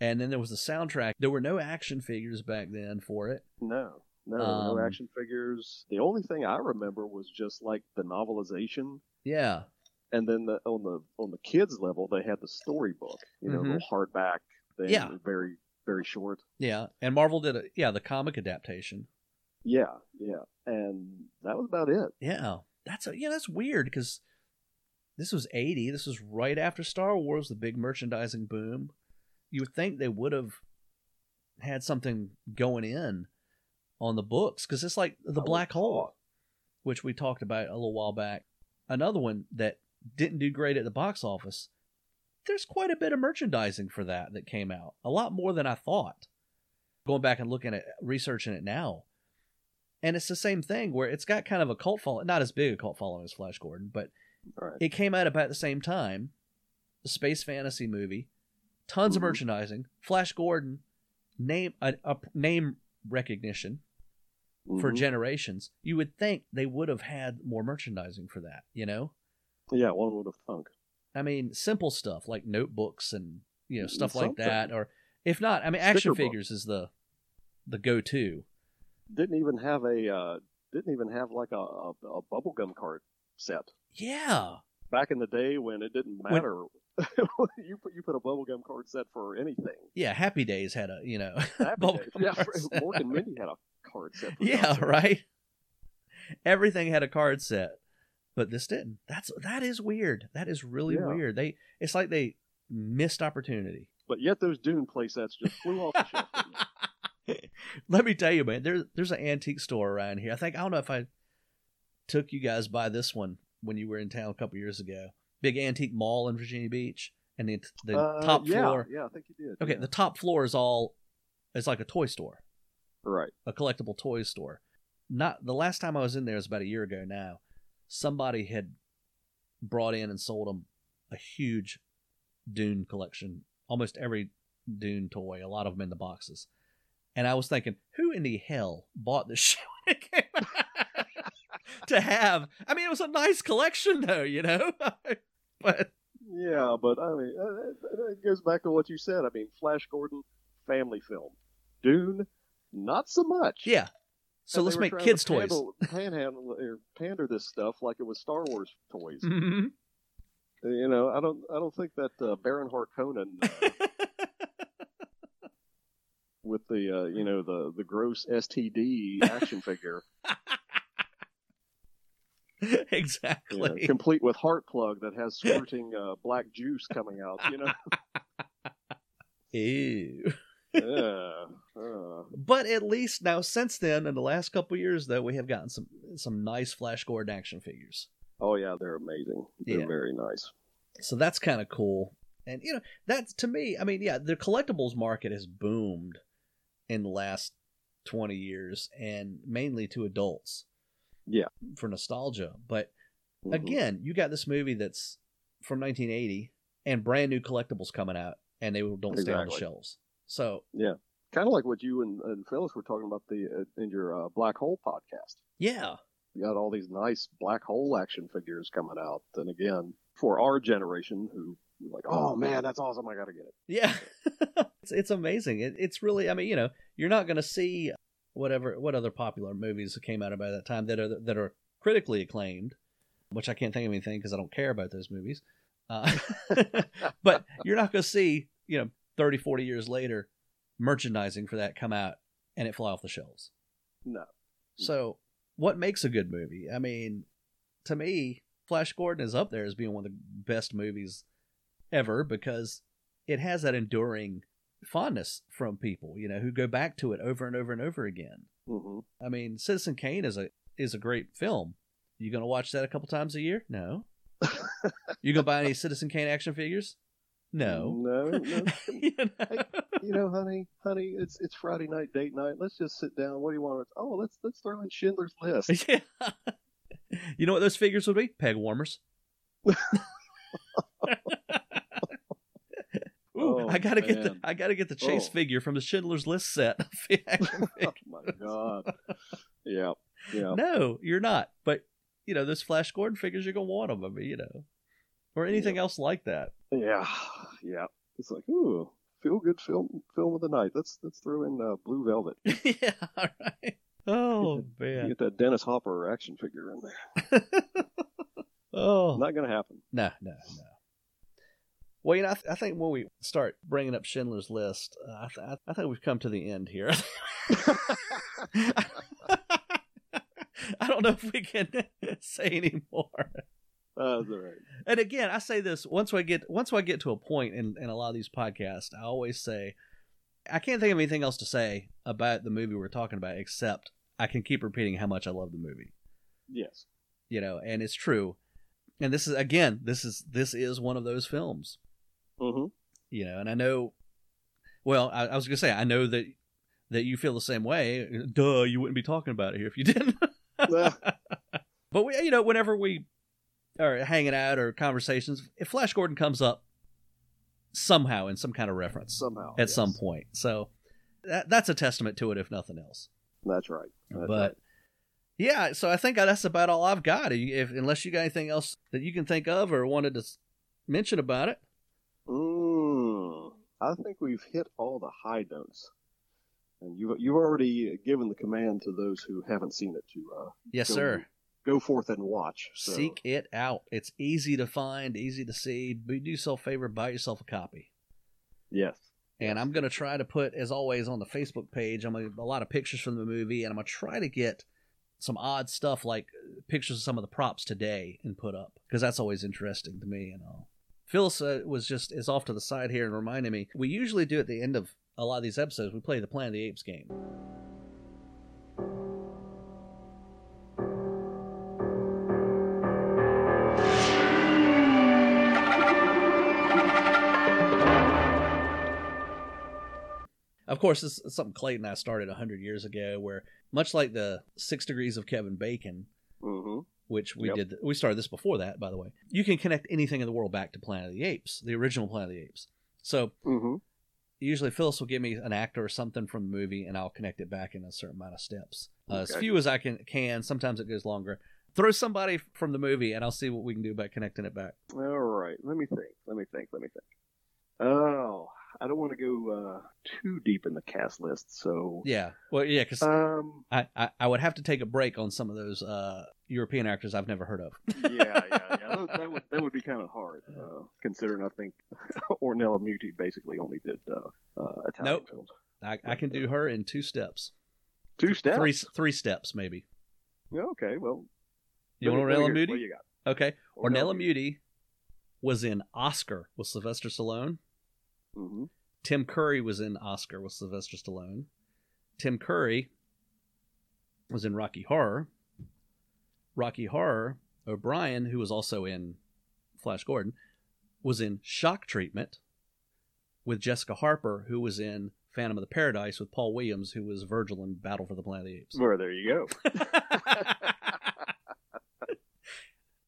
S1: and then there was the soundtrack. There were no action figures back then for it.
S2: No, no,
S1: Um,
S2: no action figures. The only thing I remember was just like the novelization,
S1: Yeah,
S2: and then the, on the on the kids level, they had the storybook. You know,
S1: Mhm.
S2: the hardback. Thing,
S1: Yeah.
S2: Very very short.
S1: yeah. And Marvel did a yeah the comic adaptation.
S2: Yeah, yeah, and that was about it.
S1: Yeah, that's a, yeah that's weird because this was eighty. This was right after Star Wars, the big merchandising boom. You would think they would have had something going in on the books because it's like the
S2: I
S1: black
S2: would-
S1: hole, which we talked about a little while back. Another one that didn't do great at the box office. There's quite a bit of merchandising for that that came out. A lot more than I thought. Going back and looking at researching it now, and it's the same thing where it's got kind of a cult following, not as big a cult following as Flash Gordon, but
S2: All right.
S1: it came out about the same time. The space fantasy movie, tons of
S2: Mhm.
S1: merchandising. Flash Gordon, name a, a name recognition for
S2: Mhm.
S1: generations. You would think they would have had more merchandising for that. You know,
S2: yeah, one would have thunk.
S1: I mean, simple stuff like notebooks and you know stuff like
S2: Something.
S1: that, or if not, I mean, action
S2: Sticker book.
S1: figures is the the go to.
S2: Didn't even have a uh, didn't even have like a, a, a bubblegum card set.
S1: Yeah,
S2: Back in the day when it didn't
S1: When-
S2: matter, you put you put a bubblegum card set for anything.
S1: yeah. Happy Days had a you know.
S2: Happy
S1: Bubble
S2: Days. yeah,
S1: card set.
S2: Mork and Mindy had a card set. For
S1: Yeah,
S2: God's sake.
S1: right. Everything had a card set, but this didn't. That's that is weird. That is really
S2: Yeah.
S1: weird. They it's like they missed opportunity.
S2: But yet those Dune playsets just flew off the shelf.
S1: Let me tell you, man. There there's an antique store around here. I think I don't know if I took you guys by this one when you were in town a couple years ago. Big antique mall in Virginia Beach, and the the
S2: Uh,
S1: top
S2: yeah,
S1: floor.
S2: Yeah, I think you did.
S1: Okay,
S2: yeah.
S1: the top floor is all. It's like a toy store.
S2: right.
S1: a collectible toy store. Not the last time I was in there was about a year ago now. Somebody had brought in and sold them a huge Dune collection, almost every Dune toy, a lot of them in the boxes. And I was thinking, who in the hell bought this shit when it came out? to have? I mean, it was a nice collection though, you know. but
S2: Yeah, but I mean, uh, it- it goes back to what you said. I mean, Flash Gordon, family film. Dune, not so much.
S1: yeah. So
S2: And they
S1: let's
S2: were
S1: make
S2: trying
S1: kids
S2: to
S1: toys.
S2: Handle, panhandle or pander this stuff like it was Star Wars toys.
S1: hmm
S2: You know, I don't, I don't think that uh, Baron Harkonnen uh, with the, uh, you know, the the gross STD action figure, you know,
S1: exactly.
S2: complete with heart plug that has squirting uh, black juice coming out. You know,
S1: Ew.
S2: yeah, uh,
S1: But at least now, since then, in the last couple of years, though, we have gotten some some nice Flash Gordon action figures.
S2: oh yeah, they're amazing. They're
S1: Yeah.
S2: very nice.
S1: So that's kind of cool. And you know, that's to me. I mean, yeah, the collectibles market has boomed in the last twenty years, and mainly to adults.
S2: Yeah.
S1: for nostalgia. But
S2: Mhm.
S1: again, you got this movie that's from 1980, and brand new collectibles coming out, and they don't stay on the
S2: Exactly.
S1: shelves. So
S2: kind of like what you and, and Phyllis were talking about the uh, in your uh, black hole podcast.
S1: yeah,
S2: You got all these nice black hole action figures coming out, and again, for our generation, who were like, oh man, that's awesome, I got to get it.
S1: Yeah, it's, it's amazing. It, it's really, I mean, you know, you're not going to see whatever what other popular movies that came out about that time that are that are critically acclaimed, which I can't think of anything because I don't care about those movies. Uh, but you're not going to see, you know, 30, 40 years later, merchandising for that come out and it fly off the shelves.
S2: No.
S1: So, what makes a good movie? I mean, to me, Flash Gordon is up there as being one of the best movies ever because it has that enduring fondness from people, you know, who go back to it over and over and over again.
S2: hmm
S1: I mean, Citizen Kane is a is a great film, You gonna watch that a couple times a year? No. you gonna buy any Citizen Kane action figures? No.
S2: No, no.
S1: You know?
S2: you know, honey, honey, it's it's Friday night, date night. Let's just sit down. What do you want? Oh, let's let's throw in Schindler's List.
S1: Yeah. You know what those figures would be? Peg warmers. Ooh,
S2: Oh,
S1: I gotta get the
S2: man.
S1: I gotta get the chase
S2: Oh.
S1: figure from the Schindler's List set. of the action
S2: oh
S1: figures.
S2: my god. Yeah, yeah.
S1: no, you're not. But you know those Flash Gordon figures, you're gonna want them. I mean, you know, or anything else like that.
S2: Yeah, yeah. It's like, ooh, feel good film film of the night. Let's let's throw in uh, Blue Velvet.
S1: yeah. All right. Oh
S2: You
S1: man.
S2: get that Dennis Hopper action figure in there.
S1: Oh
S2: Not gonna happen.
S1: No, no, no. Well, you know, I, th- I think when we start bringing up Schindler's List, uh, I, th- I think we've come to the end here. I don't know if we can say any more.
S2: Uh, that's all right.
S1: And again, I say this once I get once I get to a point in, in a lot of these podcasts, I always say I can't think of anything else to say about the movie we're talking about except I can keep repeating how much I love the movie
S2: Yes.
S1: you know and it's true and this is again this is this is one of those films
S2: Mm-hmm.
S1: you know and i know well i, I was gonna say i know that that you feel the same way duh you wouldn't be talking about it here if you didn't but we you know whenever we are hanging out or conversations if flash gordon comes up somehow in some kind of reference
S2: Somehow.
S1: at
S2: yes.
S1: some point so that, that's a testament to it if nothing else
S2: That's right. That's
S1: but
S2: right.
S1: yeah, so I think that's about all I've got. If unless you got anything else that you can think of or wanted to s- mention about it,
S2: Mm, I think we've hit all the high notes. And you've, you've already given the command to those who haven't seen it to uh,
S1: yes,
S2: Go
S1: sir.
S2: go forth and watch. So,
S1: Seek it out. It's easy to find, easy to see. But do yourself a favor, buy yourself a copy.
S2: Yes.
S1: And I'm gonna try to put, as always, on the Facebook page. I'm gonna a lot of pictures from the movie, and I'm gonna try to get some odd stuff like uh, pictures of some of the props today and put up because that's always interesting to me and all. Phyllis uh, was just is off to the side here and reminded me we usually do at the end of a lot of these episodes we play the Planet of the Apes game. Of course, this is something Clayton and I started 100 years ago, where much like the Six Degrees of Kevin Bacon,
S2: Mm-hmm.
S1: which we
S2: Yep.
S1: did, we started this before that, by the way, you can connect anything in the world back to Planet of the Apes, the original Planet of the Apes. So
S2: Mm-hmm.
S1: usually Phyllis will give me an actor or something from the movie, and I'll connect it back in a certain amount of steps, uh, as
S2: Okay.
S1: few as I can. Can sometimes it goes longer. Throw somebody from the movie, and I'll see what we can do about connecting it back.
S2: All right, let me think. Let me think. Let me think. Oh, I don't want to go uh, too deep in the cast list, so
S1: Yeah, well, yeah, because
S2: um,
S1: I, I I would have to take a break on some of those uh, European actors I've never heard of.
S2: yeah, yeah, yeah. That, that would that would be kind of hard, uh, considering I think Ornella Muti basically only did uh, uh, Italian
S1: Nope.
S2: films.
S1: I, I can do her in two steps,
S2: Two steps.
S1: three three steps maybe.
S2: Yeah, okay, well,
S1: You
S2: let
S1: want Ornella
S2: me- let me hear it. What
S1: Moody?
S2: you got?
S1: Okay, Ornella
S2: Muti.
S1: Moody was in Oscar with Sylvester Stallone.
S2: hmm
S1: Tim Curry was in Oscar with Sylvester Stallone. Tim Curry was in Rocky Horror. Rocky Horror, O'Brien, who was also in Flash Gordon, was in Shock Treatment with Jessica Harper, who was in Phantom of the Paradise with Paul Williams, who was Virgil in Battle for the Planet of the Apes.
S2: Well, there you go.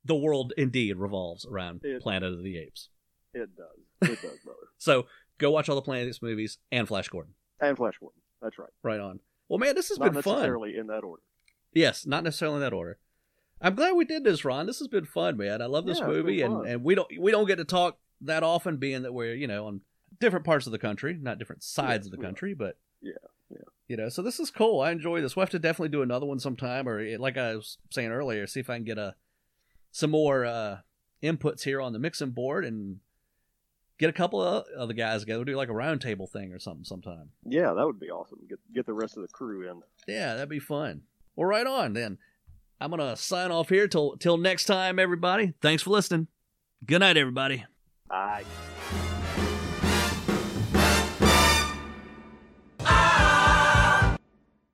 S1: the world indeed revolves around
S2: It-
S1: Planet of the Apes.
S2: It does. It does, brother.
S1: So go watch all the Planet of the Apes movies and Flash Gordon.
S2: And Flash Gordon. That's right.
S1: Right on. Well, man, this has
S2: Not
S1: been fun.
S2: necessarily in that order.
S1: Yes, not necessarily in that order. I'm glad we did this, Ron. This has been fun, man. I love this
S2: Yeah, it's been
S1: movie, and,
S2: fun.
S1: and we don't we don't get to talk that often, being that we're you know on different parts of the country, not different sides
S2: Yes,
S1: of the
S2: we are.
S1: country, but
S2: Yeah, yeah.
S1: you know. So this is cool. I enjoy this. We will have to definitely do another one sometime, or eh, like I was saying earlier, see if I can get a some more uh, inputs here on the mixing board and get a couple of other guys together, do like a round table thing or something sometime.
S2: Yeah, that would be awesome. Get get the rest of the crew in.
S1: Yeah, that'd be fun. Well, right on then. I'm gonna sign off here till till next time, everybody. Thanks for listening. Good night, everybody.
S2: I.